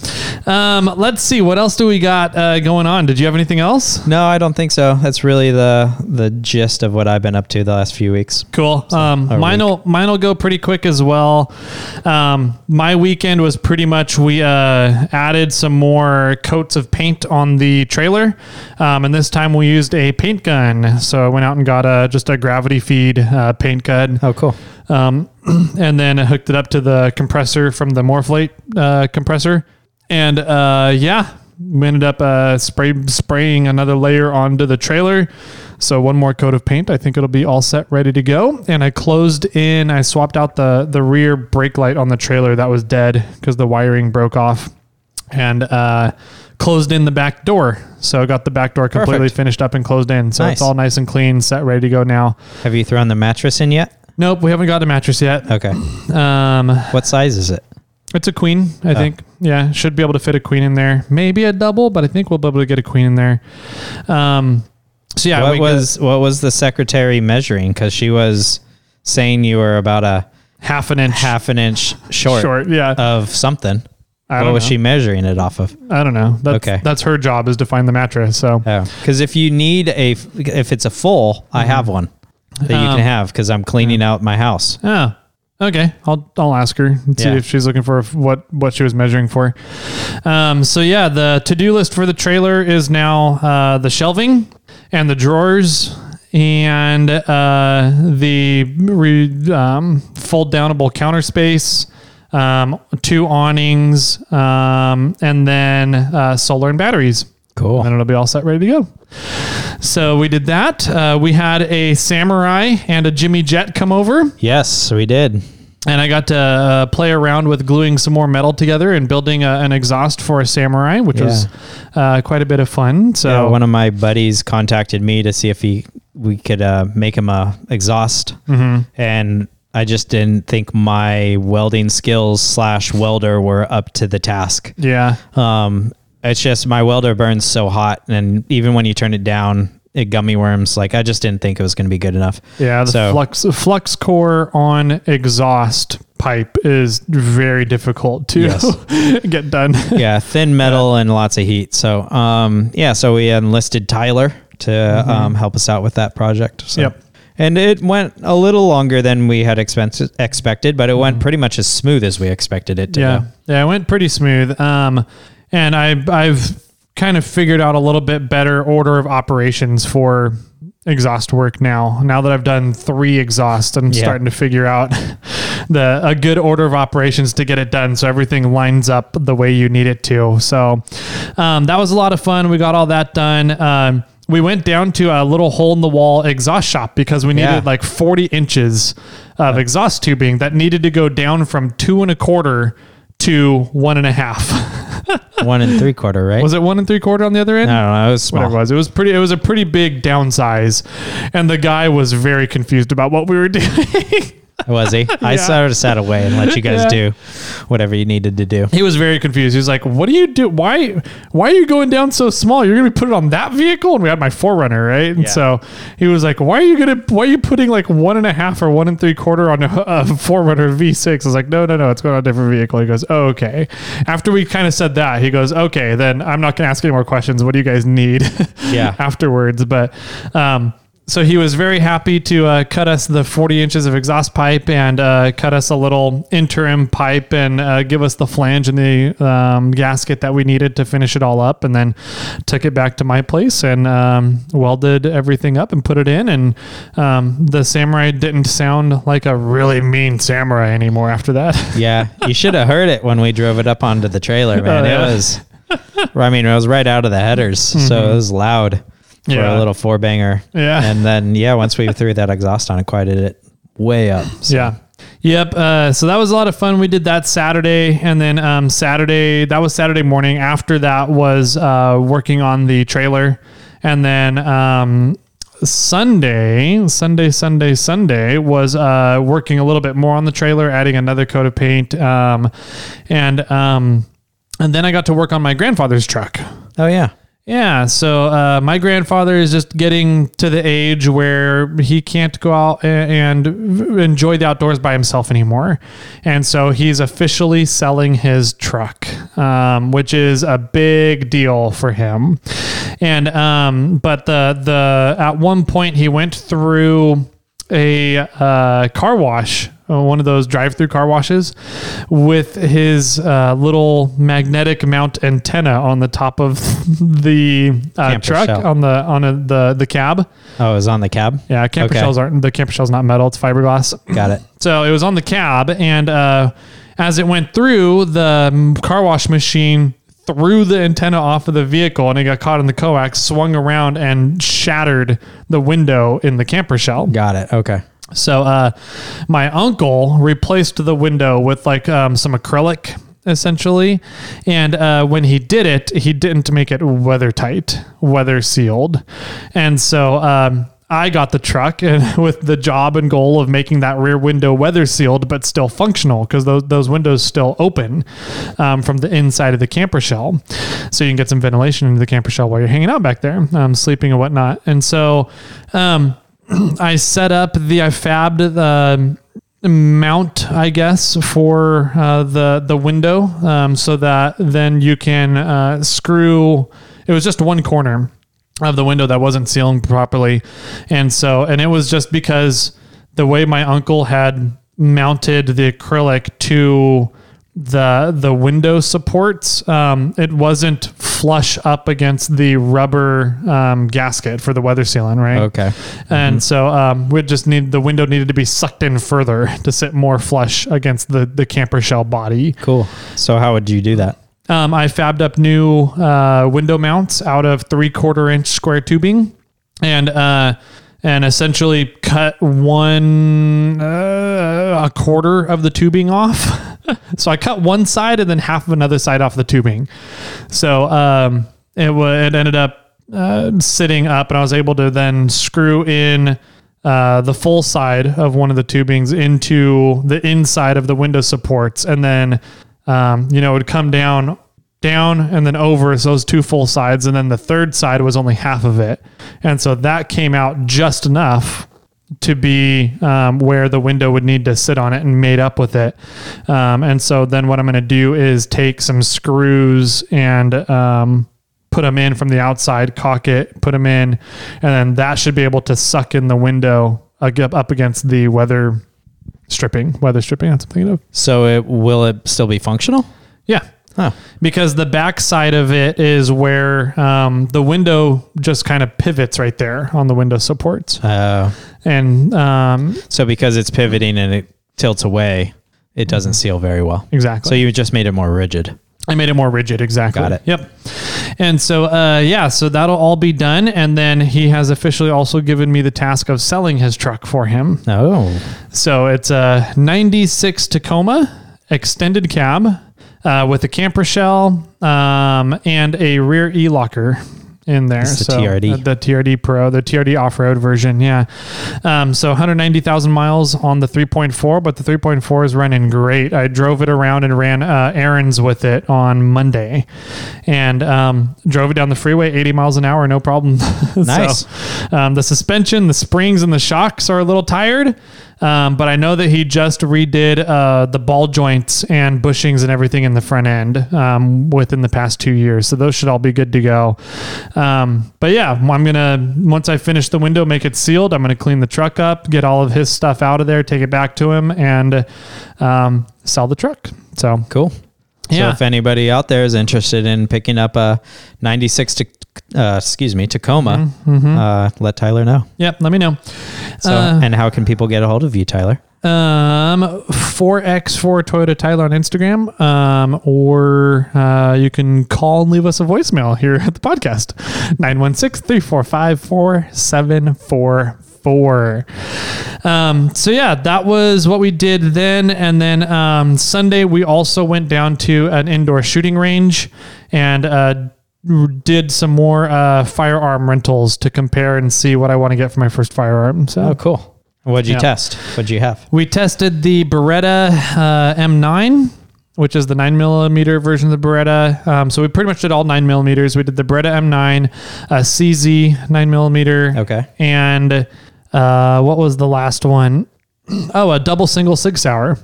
Speaker 1: um, let's see what else do we got uh, going on. Did you have anything else?
Speaker 2: No, I don't think so. That's really the the gist of what I've been up to the last few weeks.
Speaker 1: Cool. Um, mine'll mine'll go pretty quick as well. Um, my weekend was pretty much we uh, added some more coats of paint on the trailer, um, and this time we used a paint gun. So I went out and got a just a gravity feed uh, paint gun,
Speaker 2: Oh, cool.
Speaker 1: um, and then I hooked it up to the compressor from the Morphlate uh, compressor, and uh, yeah, we ended up uh, spray spraying another layer onto the trailer. So one more coat of paint, I think it'll be all set, ready to go. And I closed in, I swapped out the the rear brake light on the trailer that was dead because the wiring broke off, and uh, closed in the back door. So I got the back door completely
Speaker 2: Perfect.
Speaker 1: finished up and closed in. So it's
Speaker 2: Nice.
Speaker 1: all nice and clean, set, ready to go now.
Speaker 2: Have you thrown the mattress in yet?
Speaker 1: Nope, we haven't got a mattress yet.
Speaker 2: Okay.
Speaker 1: Um,
Speaker 2: What size is it?
Speaker 1: it's a queen, I think. Yeah, should be able to fit a queen in there. Maybe a double, but I think we'll be able to get a queen in there. Um, so yeah,
Speaker 2: what
Speaker 1: we
Speaker 2: was what was the secretary measuring? Because she was saying you were about a
Speaker 1: got half an inch
Speaker 2: half an inch short,
Speaker 1: short. Yeah,
Speaker 2: of something.
Speaker 1: I
Speaker 2: what
Speaker 1: don't
Speaker 2: was
Speaker 1: know.
Speaker 2: she measuring it off of?
Speaker 1: I don't know. That's,
Speaker 2: Okay.
Speaker 1: that's her job is to find the mattress. So
Speaker 2: Oh, because if you need a, if it's a full,
Speaker 1: Mm-hmm.
Speaker 2: I have one that you
Speaker 1: Um,
Speaker 2: can have because I'm cleaning out my house.
Speaker 1: Oh, okay. I'll I'll ask her and see
Speaker 2: Yeah.
Speaker 1: if she's looking for what what she was measuring for. Um, so yeah, the to do list for the trailer is now uh, the shelving and the drawers and uh, the re, um, fold downable counter space. Um, two awnings, um, and then uh, solar and batteries
Speaker 2: Cool.
Speaker 1: and it'll be all set ready to go. So we did that. Uh, we had a samurai and a Jimmy Jet come over,
Speaker 2: Yes, we did.
Speaker 1: and I got to uh, play around with gluing some more metal together and building a, an exhaust for a samurai, which was uh, quite a bit of fun. So
Speaker 2: Yeah, one of my buddies contacted me to see if he we could uh, make him a exhaust,
Speaker 1: Mm-hmm.
Speaker 2: and I just didn't think my welding skills slash welder were up to the task.
Speaker 1: yeah,
Speaker 2: Um, it's just my welder burns so hot, and even when you turn it down, it gummy worms. Like I just didn't think it was going to be good enough.
Speaker 1: yeah, the
Speaker 2: so
Speaker 1: flux flux core on exhaust pipe is very difficult to get done.
Speaker 2: yeah, thin metal and lots of heat. So um, yeah, so we enlisted Tyler to um, help us out with that project. So.
Speaker 1: Mm-hmm. Yep.
Speaker 2: And it went a little longer than we had expense- expected, but it
Speaker 1: Mm-hmm.
Speaker 2: went pretty much as smooth as we expected it to.
Speaker 1: yeah.
Speaker 2: go.
Speaker 1: Yeah, it went pretty smooth. Um, and I I've kind of figured out a little bit better order of operations for exhaust work now. Now that I've done three exhausts, I'm
Speaker 2: Yeah.
Speaker 1: starting to figure out the a good order of operations to get it done so everything lines up the way you need it to. So um, that was a lot of fun. We got all that done. Um, we went down to a little hole in the wall exhaust shop because we needed
Speaker 2: Yeah.
Speaker 1: like like 40 inches of exhaust tubing that needed to go down from two and a quarter to one and a half.
Speaker 2: One and three quarter, right?
Speaker 1: Was it one and three quarter on the other end?
Speaker 2: I don't know. It was small.
Speaker 1: Whatever it was. It was pretty it was a pretty big downsize. And the guy was very confused about what we were doing.
Speaker 2: Was he? I sort of sat away and let you guys
Speaker 1: Yeah.
Speaker 2: do whatever you needed to do.
Speaker 1: he was very confused. He was like, "What do you do? Why? Why are you going down so small? You're gonna be put it on that vehicle?" And we had my Forerunner, right? And
Speaker 2: Yeah.
Speaker 1: so he was like, "Why are you gonna? Why are you putting like one and a half or one and three quarter on a, a Forerunner V6?" I was like, "No, no, no, it's going on a different vehicle." He goes, oh, "Okay." After we kind of said that, he goes, "Okay, then I'm not gonna ask any more questions. What do you guys need?"
Speaker 2: Yeah.
Speaker 1: afterwards, but um, so he was very happy to uh, cut us the 40 inches of exhaust pipe and uh, cut us a little interim pipe and uh, give us the flange and the um, gasket that we needed to finish it all up and then took it back to my place and um, welded everything up and put it in and um, the samurai didn't sound like a really mean samurai anymore after that
Speaker 2: Yeah, you should have heard it when we drove it up onto the trailer, man.
Speaker 1: Oh, yeah.
Speaker 2: It was, I mean, it was right out of the headers, so it was loud for
Speaker 1: Mm-hmm. Yeah.
Speaker 2: a little four banger.
Speaker 1: Yeah.
Speaker 2: and then yeah, once we threw that exhaust on, it quieted it way up. So
Speaker 1: Yeah. Yep. Uh, so that was a lot of fun. We did that Saturday, and then um, Saturday that was Saturday morning. After that was uh, working on the trailer, and then um, Sunday, Sunday, Sunday, Sunday was uh, working a little bit more on the trailer, adding another coat of paint, um, and um, and then I got to work on my grandfather's truck.
Speaker 2: Oh yeah,
Speaker 1: Yeah, so uh, my grandfather is just getting to the age where he can't go out a- and v- enjoy the outdoors by himself anymore, and so he's officially selling his truck, um, which is a big deal for him. And um, but the the at one point he went through a uh, car wash, uh, one of those drive-through car washes, with his uh, little magnetic mount antenna on the top of the uh,
Speaker 2: Camper
Speaker 1: truck
Speaker 2: shell.
Speaker 1: on the on a, the the cab.
Speaker 2: oh, it was on the cab.
Speaker 1: Yeah, camper
Speaker 2: Okay.
Speaker 1: shells aren't the camper shell's not metal; it's fiberglass.
Speaker 2: Got it.
Speaker 1: So it was on the cab, and uh, as it went through, the mm, car wash machine threw the antenna off of the vehicle, and it got caught in the coax, swung around, and shattered the window in the camper shell.
Speaker 2: Got it. Okay.
Speaker 1: So uh, my uncle replaced the window with like um, some acrylic essentially and uh, when he did it he didn't make it weather tight weather sealed and so um, i got the truck and with the job and goal of making that rear window weather sealed but still functional because those, those windows still open um, from the inside of the camper shell so you can get some ventilation into the camper shell while you're hanging out back there um, sleeping and whatnot and so um, I set up the I fabbed the mount, I guess, for uh, the the window, um, so that then you can uh, screw. It was just one corner of the window that wasn't sealing properly, and so and it was just because the way my uncle had mounted the acrylic to the the window supports um, it wasn't flush up against the rubber um, gasket for the weather sealing right
Speaker 2: Okay.
Speaker 1: and so um, we just need the window needed to be sucked in further to sit more flush against the the camper shell body.
Speaker 2: Cool. So how would you do that?
Speaker 1: Um, I fabbed up new uh, window mounts out of three quarter inch square tubing, and uh, and essentially cut one uh, a quarter of the tubing off. so I cut one side and then half of another side off the tubing. So um, it wa it ended up uh, sitting up, and I was able to then screw in uh, the full side of one of the tubings into the inside of the window supports, and then um, you know it would come down, down, and then over so those two full sides, and then the third side was only half of it, and so that came out just enough to be um, where the window would need to sit on it and made up with it. Um, and so then what I'm going to do is take some screws and um, put them in from the outside, cock it, put them in, and then that should be able to suck in the window ag- up against the weather stripping, weather stripping. That's what I'm thinking of.
Speaker 2: So it will it still be functional?
Speaker 1: Yeah.
Speaker 2: Huh.
Speaker 1: Because the back side of it is where um, the window just kind of pivots right there on the window supports.
Speaker 2: Uh,
Speaker 1: And um,
Speaker 2: so because it's pivoting and it tilts away, it doesn't seal very well.
Speaker 1: exactly.
Speaker 2: So you just made it more rigid.
Speaker 1: I made it more rigid. Exactly.
Speaker 2: Got it.
Speaker 1: Yep. And so, uh, yeah, so that'll all be done. And then he has officially also given me the task of selling his truck for him.
Speaker 2: Oh,
Speaker 1: So it's a 96 Tacoma extended cab uh, with a camper shell um, and a rear e locker in there.
Speaker 2: That's the TRD.
Speaker 1: uh, the TRD Pro, the TRD off road version. Yeah. Um, so 190,000 miles on the 3.4, but the 3.4 is running great. I drove it around and ran uh, errands with it on Monday and um, drove it down the freeway 80 miles an hour, no problem. So,
Speaker 2: Nice.
Speaker 1: um, the suspension, the springs, and the shocks are a little tired, Um, but I know that he just redid uh, the ball joints and bushings and everything in the front end um, within the past two years. So those should all be good to go. Um, but yeah, I'm going to, once I finish the window, make it sealed. I'm going to clean the truck up, get all of his stuff out of there, take it back to him, and um, sell the truck. So
Speaker 2: Cool.
Speaker 1: Yeah.
Speaker 2: So if anybody out there is interested in picking up a 96 to, uh, excuse me, Tacoma,
Speaker 1: Mm-hmm,
Speaker 2: uh, let Tyler know.
Speaker 1: yeah, let me know.
Speaker 2: So,
Speaker 1: Uh,
Speaker 2: and how can people get a hold of you, Tyler?
Speaker 1: Um, 4x4 Toyota Tyler on Instagram, um, or uh, you can call and leave us a voicemail here at the podcast 916 345 4744. Um, so yeah, that was what we did then. And then um, Sunday, we also went down to an indoor shooting range and uh, did some more uh, firearm rentals to compare and see what I want to get for my first firearm. So
Speaker 2: Oh, cool. What'd you
Speaker 1: Yeah.
Speaker 2: test? What'd you have?
Speaker 1: we tested the Beretta uh, M9, which is the nine millimeter version of the Beretta. Um, so we pretty much did all nine millimeters. We did the Beretta M9, a CZ nine millimeter.
Speaker 2: Okay.
Speaker 1: And uh, what was the last one? Oh, a double single six hour.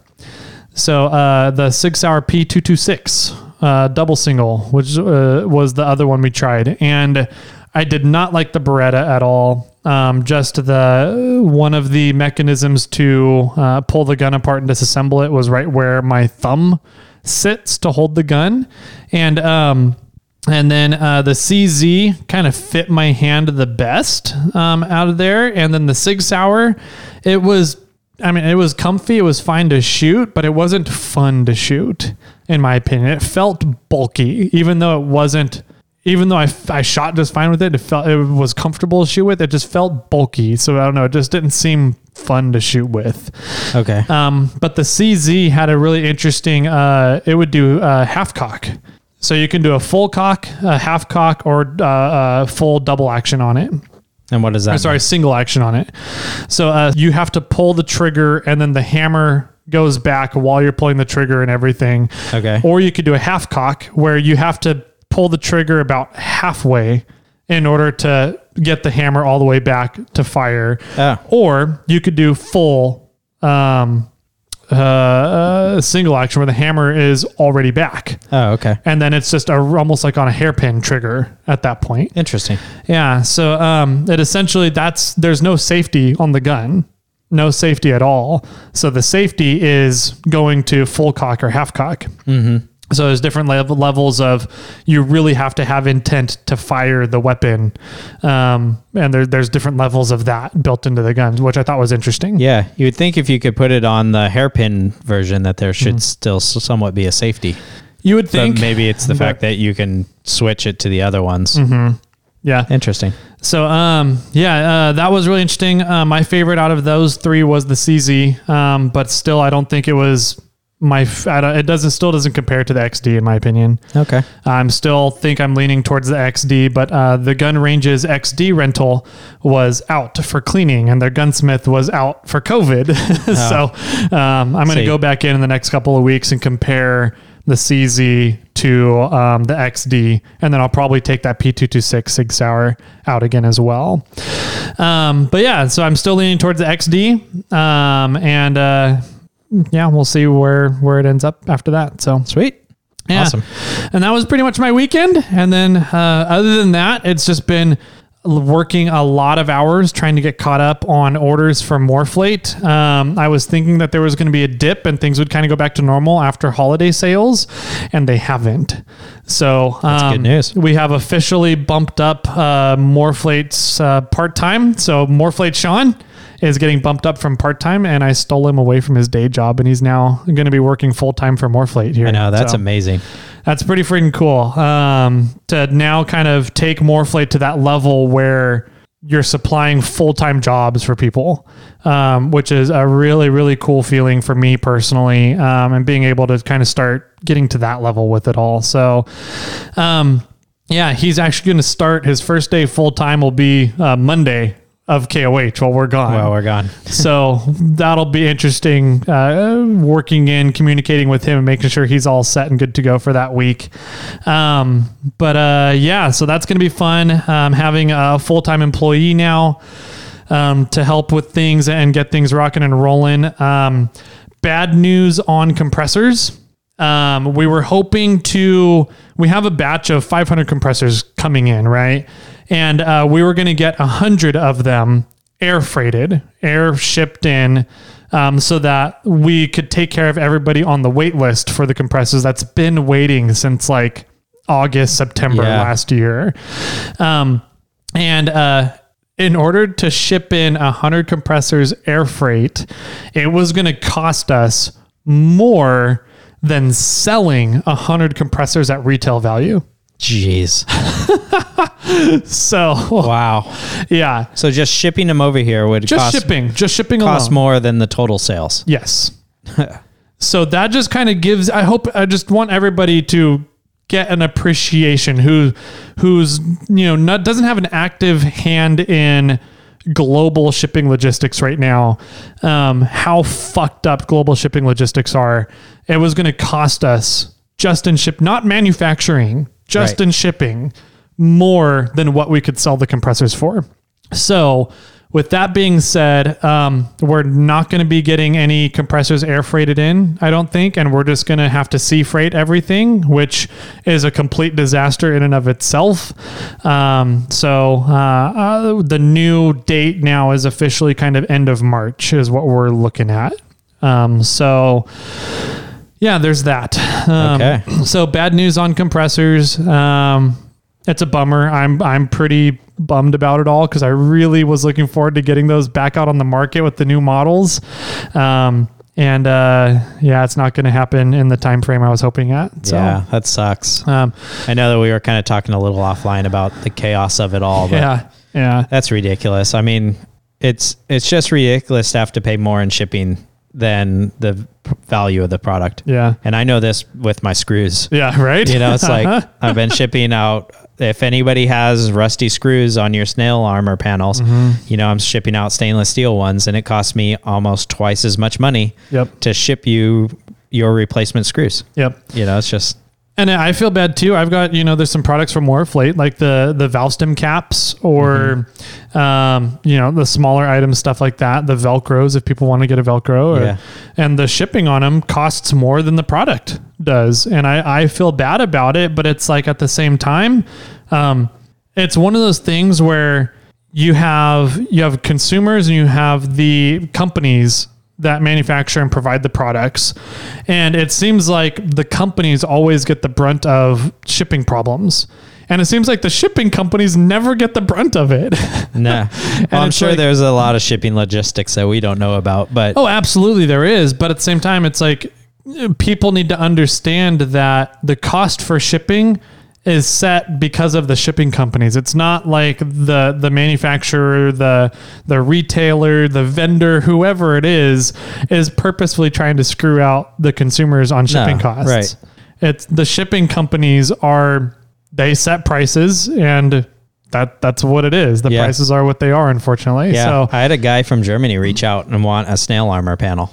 Speaker 1: So uh, the six hour P226 uh, double single, which uh, was the other one we tried. And I did not like the Beretta at all. Um, just the one of the mechanisms to uh, pull the gun apart and disassemble it was right where my thumb sits to hold the gun. And um, and then uh, the CZ kind of fit my hand the best um, out of there. And then the Sig Sauer, it was, I mean, it was comfy. It was fine to shoot, but it wasn't fun to shoot, in my opinion. It felt bulky, even though it wasn't. Even though I, I shot just fine with it, it felt it was comfortable to shoot with. It just felt bulky, so I don't know. It just didn't seem fun to shoot with.
Speaker 2: Okay.
Speaker 1: Um, but the CZ had a really interesting. Uh, it would do uh, half cock, so you can do a full cock, a half cock, or uh, uh, full double action on it.
Speaker 2: and what does that?
Speaker 1: I'm sorry, single action on it. So uh, you have to pull the trigger, and then the hammer goes back while you're pulling the trigger and everything.
Speaker 2: Okay.
Speaker 1: Or you could do a half cock, where you have to pull the trigger about halfway in order to get the hammer all the way back to fire.
Speaker 2: Ah.
Speaker 1: Or you could do full um, uh, uh, single action, where the hammer is already back.
Speaker 2: Mean? Oh, okay.
Speaker 1: And then it's just a, almost like on a hairpin trigger at that point.
Speaker 2: Interesting.
Speaker 1: Yeah. So um, it essentially that's there's no safety on the gun, no safety at all. So the safety is going to full cock or half cock. Mm-hmm. So there's different level, levels of you really have to have intent to fire the weapon, um, and there, there's different levels of that built into the guns, which I thought was interesting.
Speaker 2: Yeah. You would think if you could put it on the hairpin version that there should still s- somewhat be a safety.
Speaker 1: You would
Speaker 2: But
Speaker 1: Mm-hmm. think,
Speaker 2: maybe it's the fact that you can switch it to the other ones.
Speaker 1: Mm-hmm. yeah.
Speaker 2: Interesting.
Speaker 1: So um yeah uh, that was really interesting. Uh, my favorite out of those three was the CZ, um, but still I don't think it was my f- I don't- it doesn't still doesn't compare to the XD in my opinion.
Speaker 2: Okay.
Speaker 1: I'm still think I'm leaning towards the XD, but uh, the gun ranges XD rental was out for cleaning, and their gunsmith was out for COVID. so um, I'm going to
Speaker 2: See.
Speaker 1: go back in in the next couple of weeks and compare the CZ to um, the XD, and then I'll probably take that P226 Sig Sauer out again as well. Um, but yeah, so I'm still leaning towards the XD, um, and uh, yeah, we'll see where where it ends up after that. So
Speaker 2: Sweet.
Speaker 1: yeah.
Speaker 2: Awesome.
Speaker 1: And that was pretty much my weekend. And then, uh, other than that, it's just been l- working a lot of hours trying to get caught up on orders for Morphlate. Um, I was thinking that there was going to be a dip and things would kind of go back to normal after holiday sales, and they haven't. So um, that's
Speaker 2: good news.
Speaker 1: we have officially bumped up uh, Morphlate's uh, part time. So Morphlate Sean is getting bumped up from part time, and I stole him away from his day job, and he's now going to be working full time for Morphlate here.
Speaker 2: I know. That's
Speaker 1: So
Speaker 2: amazing.
Speaker 1: that's pretty freaking cool. Um, to now kind of take Morphlate to that level where you're supplying full time jobs for people, um, which is a really, really cool feeling for me personally, um, and being able to kind of start getting to that level with it all. So, um, yeah, he's actually going to start his first day full time will be uh, Monday of KOH while we're gone
Speaker 2: Well, we're gone.
Speaker 1: so that'll be interesting uh, working in communicating with him and making sure he's all set and good to go for that week um, but uh, yeah so that's going to be fun um, having a full-time employee now um, to help with things and get things rocking and rolling. Um, bad news on compressors. Um, we were hoping to, we have a batch of 500 compressors coming in, right? And uh, we were going to get 100 of them air freighted, air shipped in, um, so that we could take care of everybody on the wait list for the compressors that's been waiting since like August, September
Speaker 2: Yeah.
Speaker 1: last year. Um, and uh, in order to ship in 100 compressors air freight, it was going to cost us more than selling 100 compressors at retail value.
Speaker 2: Jeez.
Speaker 1: So,
Speaker 2: Wow.
Speaker 1: yeah,
Speaker 2: So just shipping them over here would
Speaker 1: just
Speaker 2: cost,
Speaker 1: shipping, just shipping
Speaker 2: cost
Speaker 1: alone.
Speaker 2: more than the total sales.
Speaker 1: Yes. so that just kind of gives. I hope. I just want everybody to get an appreciation who, who's you know not doesn't have an active hand in global shipping logistics right now. Um, how fucked up global shipping logistics are. It was going to cost us just in ship, not manufacturing, just
Speaker 2: Right.
Speaker 1: in shipping, more than what we could sell the compressors for. So, with that being said, um, we're not going to be getting any compressors air freighted in, I don't think, and we're just going to have to sea freight everything, which is a complete disaster in and of itself. Um, so, uh, uh, the new date now is officially kind of end of March, is what we're looking at. Um, so, yeah, there's that. Um,
Speaker 2: Okay.
Speaker 1: So bad news on compressors. Um, it's a bummer. I'm I'm pretty bummed about it all because I really was looking forward to getting those back out on the market with the new models. Um, and uh, yeah, it's not going to happen in the time frame I was hoping at. So.
Speaker 2: Yeah, that sucks.
Speaker 1: Um,
Speaker 2: I know that we were kind of talking a little offline about the chaos of it all, but
Speaker 1: yeah. Yeah.
Speaker 2: that's ridiculous. I mean, it's it's just ridiculous to have to pay more in shipping than the p- value of the product.
Speaker 1: Yeah.
Speaker 2: And I know this with my screws.
Speaker 1: Yeah. Right.
Speaker 2: You know, it's
Speaker 1: Uh-huh.
Speaker 2: like I've been shipping out. If anybody has rusty screws on your snail armor panels,
Speaker 1: Mm-hmm.
Speaker 2: you know, I'm shipping out stainless steel ones and it costs me almost twice as much money
Speaker 1: Yep.
Speaker 2: to ship you your replacement screws.
Speaker 1: yep.
Speaker 2: You know, it's just
Speaker 1: And I feel bad too. I've got you know there's some products from Wharf late, like the the Valstem caps or um, you know the smaller items stuff like that. The Velcros if people want to get a Velcro, or,
Speaker 2: Yeah.
Speaker 1: and the shipping on them costs more than the product does. And I I feel bad about it, but it's like at the same time, um, it's one of those things where you have you have consumers and you have the companies that manufacture and provide the products and it seems like the companies always get the brunt of shipping problems and it seems like the shipping companies never get the brunt of it
Speaker 2: Nah. well, I'm
Speaker 1: it's
Speaker 2: sure
Speaker 1: like-
Speaker 2: there's a lot of shipping logistics that we don't know about, but
Speaker 1: Oh, absolutely, there is. But at the same time, it's like eh, people need to understand that the cost for shipping is set because of the shipping companies. It's not like the the manufacturer, the the retailer, the vendor, whoever it is, is purposefully trying to screw out the consumers on shipping
Speaker 2: No,
Speaker 1: costs.
Speaker 2: right.
Speaker 1: It's the shipping companies are they set prices and that that's what it is. The
Speaker 2: Yeah.
Speaker 1: prices are what they are, unfortunately.
Speaker 2: yeah,
Speaker 1: So
Speaker 2: I had a guy from Germany reach out and want a snail armor panel.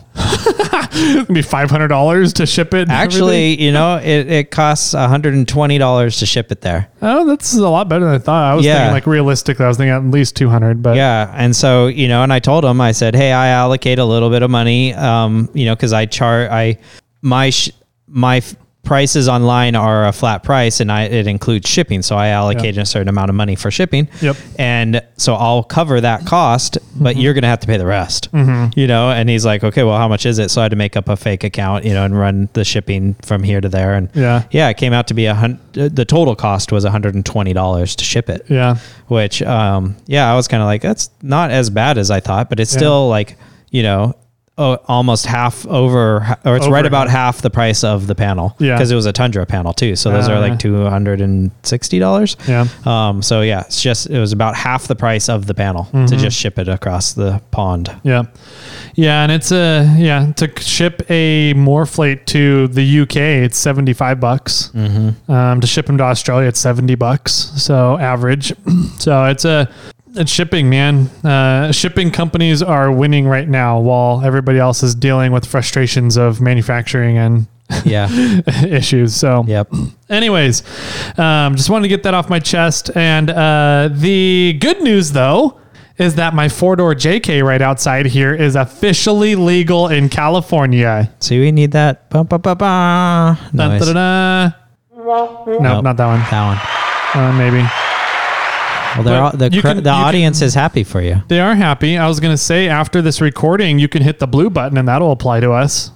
Speaker 1: it'd be five hundred dollars to ship it. and everything.
Speaker 2: Actually, you know, it, it costs $120 to ship it there.
Speaker 1: Oh, that's a lot better than I thought. I was
Speaker 2: Yeah.
Speaker 1: thinking like realistically, I was thinking at least two hundred. But
Speaker 2: Yeah. And so, you know, and I told him, I said, Hey, I allocate a little bit of money, um, you know, cause I chart, I, my, sh- my f- prices online are a flat price and I, it includes shipping. So I allocate a certain amount of money for shipping.
Speaker 1: Yep. Mm-hmm.
Speaker 2: And so I'll cover that cost, but you're going to have to pay the rest, you know? And he's like, okay, well, how much is it? So I had to make up a fake account, you know, and run the shipping from here to there. And
Speaker 1: Yeah.
Speaker 2: yeah, it came out to be a hundred, the total cost was $120 to ship it
Speaker 1: yeah,
Speaker 2: which um yeah i was kind of like that's not as bad as i thought but it's still like you know oh, almost half over or it's
Speaker 1: Over
Speaker 2: right about half the price of the panel
Speaker 1: Yeah.
Speaker 2: because it was a tundra panel too so those
Speaker 1: Ah.
Speaker 2: are like 260 dollars
Speaker 1: Yeah.
Speaker 2: um so yeah it's just it was about half the price of the panel to
Speaker 1: Mm-hmm.
Speaker 2: just ship it across the pond
Speaker 1: yeah, yeah, and it's a yeah to ship a Morphlate to the UK, it's seventy five bucks. Mm-hmm. Um, to ship them to Australia, it's seventy bucks. So average. so it's a it's shipping, man. Uh, shipping companies are winning right now, while everybody else is dealing with frustrations of manufacturing and
Speaker 2: yeah
Speaker 1: issues. So
Speaker 2: yep
Speaker 1: Anyways, um, just wanted to get that off my chest. And uh, the good news, though, is that my four door JK right outside here is officially legal in California.
Speaker 2: See, we need that. Ba, ba, ba, ba.
Speaker 1: Dun,
Speaker 2: noise.
Speaker 1: dun, dun, dun. Nope,
Speaker 2: Nope.
Speaker 1: not that one.
Speaker 2: That one.
Speaker 1: Uh, maybe.
Speaker 2: Well, they're
Speaker 1: But
Speaker 2: all, the,
Speaker 1: you
Speaker 2: cr-
Speaker 1: can-
Speaker 2: the
Speaker 1: you
Speaker 2: audience is happy for you.
Speaker 1: They are happy. I was going to say after this recording, you can hit the blue button and that'll apply to us.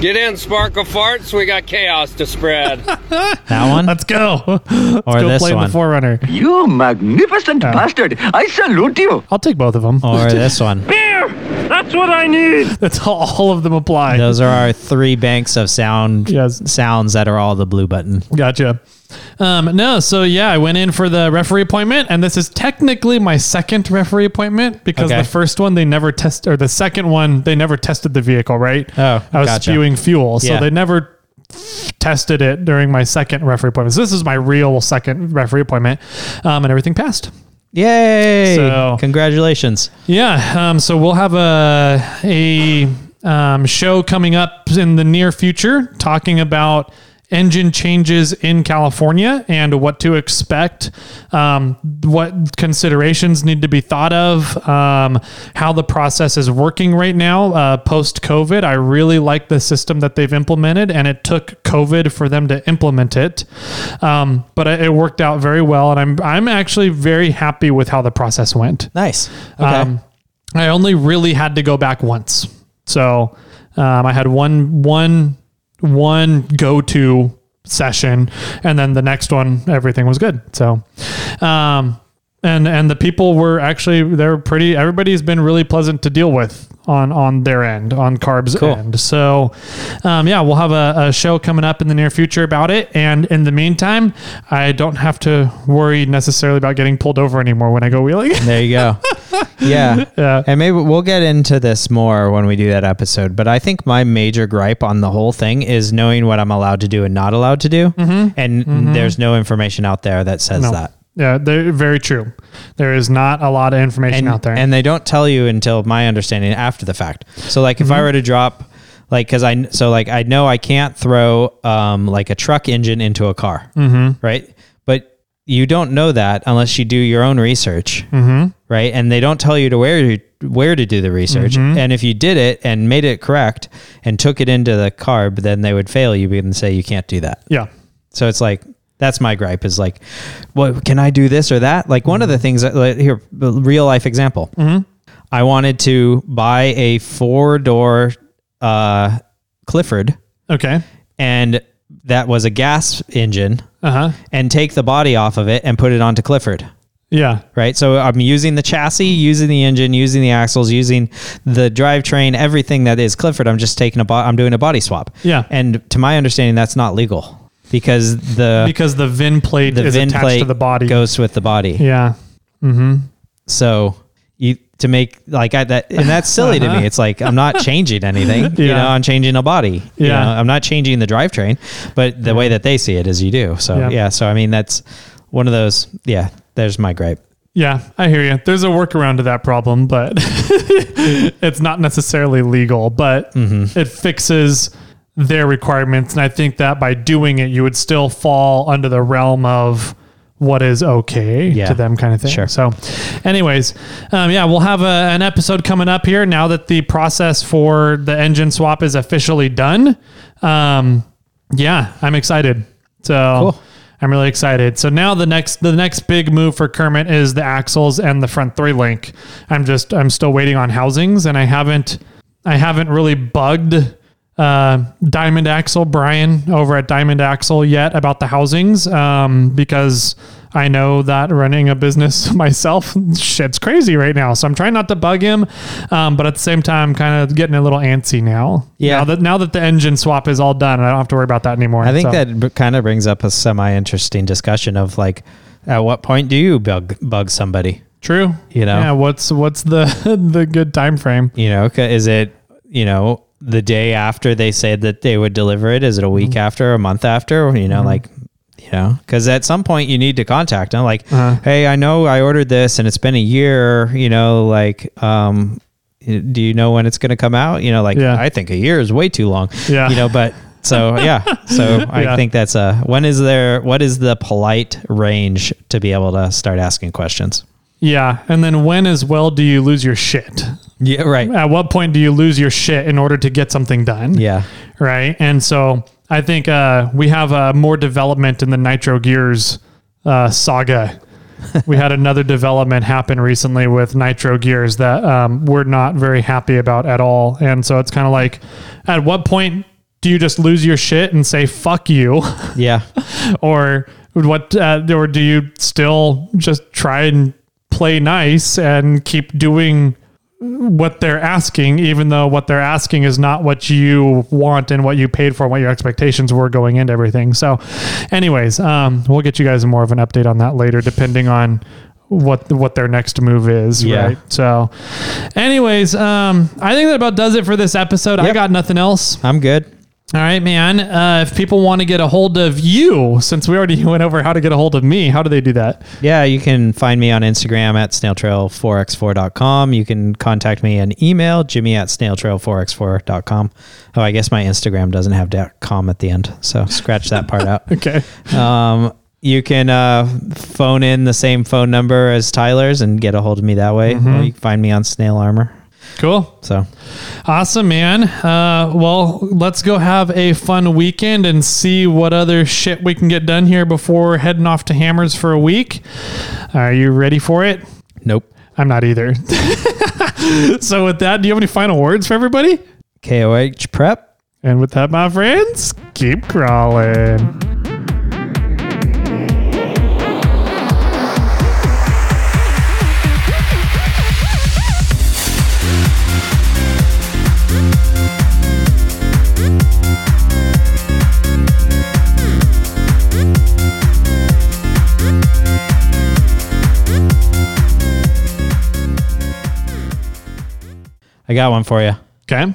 Speaker 4: Get in, sparkle farts. We got chaos to spread.
Speaker 2: That one
Speaker 1: Let's go. Let's
Speaker 2: Or
Speaker 1: go
Speaker 2: this
Speaker 1: play in
Speaker 2: one.
Speaker 1: the Forerunner.
Speaker 5: You magnificent bastard! I salute you!
Speaker 1: I'll take both of them.
Speaker 2: or this one.
Speaker 3: That's what I need.
Speaker 1: That's how all of them apply.
Speaker 2: Those are our three banks of sound
Speaker 1: Yes.
Speaker 2: sounds that are all the blue button.
Speaker 1: Gotcha. Um, no, so yeah, I went in for the referee appointment, and this is technically my second referee appointment because
Speaker 2: Okay.
Speaker 1: the first one they never test, or the second one they never tested the vehicle, right?
Speaker 2: Oh,
Speaker 1: I was
Speaker 2: gotcha.
Speaker 1: spewing fuel, so
Speaker 2: Yeah.
Speaker 1: they never tested it during my second referee appointment. So this is my real second referee appointment, um, and everything passed.
Speaker 2: Yay!
Speaker 1: So-
Speaker 2: Congratulations.
Speaker 1: Yeah. Um, so we'll have a a um, show coming up in the near future talking about engine changes in California and what to expect, um, what considerations need to be thought of, um, how the process is working right now uh, post COVID. I really like the system that they've implemented, and it took COVID for them to implement it, um, but it it worked out very well, and I'm I'm actually very happy with how the process went.
Speaker 2: Nice. Okay.
Speaker 1: Um, I only really had to go back once, so um, I had one one one go to session, and then the next one everything was good. So, um, and and the people were actually they're pretty. Everybody's been really pleasant to deal with on on their end on carbs end. So, um, yeah, we'll have a, a show coming up in the near future about it. And in the meantime, I don't have to worry necessarily about getting pulled over anymore when I go wheeling.
Speaker 2: there you go. yeah. And maybe we'll get into this more when we do that episode. But I think my major gripe on the whole thing is knowing what I'm allowed to do and not allowed to do. And there's no information out there that says
Speaker 1: Mm-hmm. No.
Speaker 2: that.
Speaker 1: Yeah, they're very true. There is not a lot of information
Speaker 2: and,
Speaker 1: out there.
Speaker 2: And they don't tell you until my understanding after the fact. So like if
Speaker 1: Mm-hmm.
Speaker 2: I were to drop like cuz I so like I know I can't throw um like a truck engine into a car. Mm-hmm. Right? But you don't know that unless you do your own research. Mm-hmm. Right? And they don't tell you to where you where to do the research.
Speaker 1: Mm-hmm.
Speaker 2: And if you did it and made it correct and took it into the carb, then they would fail you and say you can't do that.
Speaker 1: yeah.
Speaker 2: So it's like that's my gripe is like, well, can I do this or that? Like one of the things that like, here, a real life example. I wanted to buy a four door uh, Clifford,
Speaker 1: Okay.
Speaker 2: and that was a gas engine,
Speaker 1: Uh huh.
Speaker 2: and take the body off of it and put it onto Clifford.
Speaker 1: Yeah.
Speaker 2: Right. So I'm using the chassis, using the engine, using the axles, using the drivetrain, everything that is Clifford. I'm just taking a bo- I'm doing a body swap.
Speaker 1: Yeah.
Speaker 2: And to my understanding, that's not legal because the
Speaker 1: Because the VIN plate
Speaker 2: the
Speaker 1: is
Speaker 2: VIN
Speaker 1: attached
Speaker 2: plate
Speaker 1: to the body.
Speaker 2: goes with the body.
Speaker 1: yeah.
Speaker 2: So you to make like I, that, and that's silly to me. It's like I'm not changing anything. You
Speaker 1: Uh-huh. Yeah.
Speaker 2: know, I'm changing a body. You
Speaker 1: Yeah.
Speaker 2: know, I'm not changing the drivetrain, but the way that they see it is you do. So
Speaker 1: Yeah.
Speaker 2: yeah. So I mean, that's one of those. Yeah. There's my gripe.
Speaker 1: Yeah. I hear you. There's a workaround to that problem, but it's not necessarily legal, but
Speaker 2: Mm-hmm.
Speaker 1: it fixes their requirements. And I think that by doing it, you would still fall under the realm of what is okay
Speaker 2: Yeah.
Speaker 1: to them kind of thing.
Speaker 2: Sure.
Speaker 1: So, anyways, um, yeah, we'll have a, an episode coming up here now that the process for the engine swap is officially done. Um, yeah, I'm excited. So.
Speaker 2: Cool.
Speaker 1: I'm really excited. So now the next the next big move for Kermit is the axles and the front three link. I'm just I'm still waiting on housings and I haven't I haven't really bugged uh, Diamond Axle Brian over at Diamond Axle yet about the housings um, because I know that running a business myself, shit's crazy right now. So I'm trying not to bug him, um, but at the same time, kind of getting a little antsy now.
Speaker 2: Yeah.
Speaker 1: Now that now that the engine swap is all done, I don't have to worry about that anymore.
Speaker 2: I think
Speaker 1: So-
Speaker 2: that b- kind of brings up a semi interesting discussion of like, at what point do you bug bug somebody?
Speaker 1: True.
Speaker 2: You know?
Speaker 1: Yeah. What's what's the the good time frame?
Speaker 2: You know, 'ca- is it you know the day after they said that they would deliver it? Is it a week
Speaker 1: Mm-hmm.
Speaker 2: after, a month after? You know, like you know, because at some point you need to contact them. Like,
Speaker 1: Uh-huh.
Speaker 2: hey, I know I ordered this and it's been a year. You know, like um. Do you know when it's going to come out? You know, like
Speaker 1: Yeah.
Speaker 2: I think a year is way too long.
Speaker 1: Yeah.
Speaker 2: You know, but so yeah. So
Speaker 1: Yeah.
Speaker 2: I think that's a when is there what is the polite range to be able to start asking questions?
Speaker 1: Yeah, and then when as well do you lose your shit?
Speaker 2: Yeah, right.
Speaker 1: At what point do you lose your shit in order to get something done?
Speaker 2: Yeah.
Speaker 1: right? And so I think uh, we have uh, more development in the Nitro Gears uh, saga. we had another development happen recently with Nitro Gears that um, we're not very happy about at all. And so it's kind of like, at what point do you just lose your shit and say fuck you,
Speaker 2: Yeah.
Speaker 1: or what? Uh, or do you still just try and play nice and keep doing? what they're asking, even though what they're asking is not what you want and what you paid for, and what your expectations were going into everything. So, anyways, um, we'll get you guys more of an update on that later, depending on what what their next move is,
Speaker 2: Yeah.
Speaker 1: right? So, anyways, um, I think that about does it for this episode. I
Speaker 2: Yep.
Speaker 1: got nothing else.
Speaker 2: I'm good.
Speaker 1: All right, man. Uh, if people want to get a hold of you, since we already went over how to get a hold of me, how do they do that?
Speaker 2: Yeah, you can find me on Instagram at snailtrail4x4.com. You can contact me an email, jimmy at snailtrail4x4.com. Oh, I guess my Instagram doesn't have dot .com at the end, so scratch that part out.
Speaker 1: Okay.
Speaker 2: Um, you can uh, phone in the same phone number as Tyler's and get a hold of me that way. Or you can find me on Snail Armor.
Speaker 1: Cool.
Speaker 2: So
Speaker 1: Awesome, man. Uh, well, let's go have a fun weekend and see what other shit we can get done here before heading off to Hammers for a week. Are you ready for it?
Speaker 2: nope.
Speaker 1: I'm not either. so, with that, do you have any final words for everybody?
Speaker 2: KOH prep.
Speaker 1: And with that, my friends, keep crawling.
Speaker 2: I got one for you.
Speaker 1: Okay.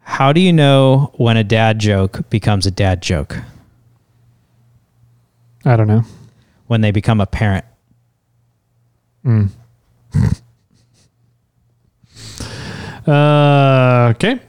Speaker 2: How do you know when a dad joke becomes a dad joke?
Speaker 1: I don't know.
Speaker 2: When they become a parent.
Speaker 1: Uh, okay.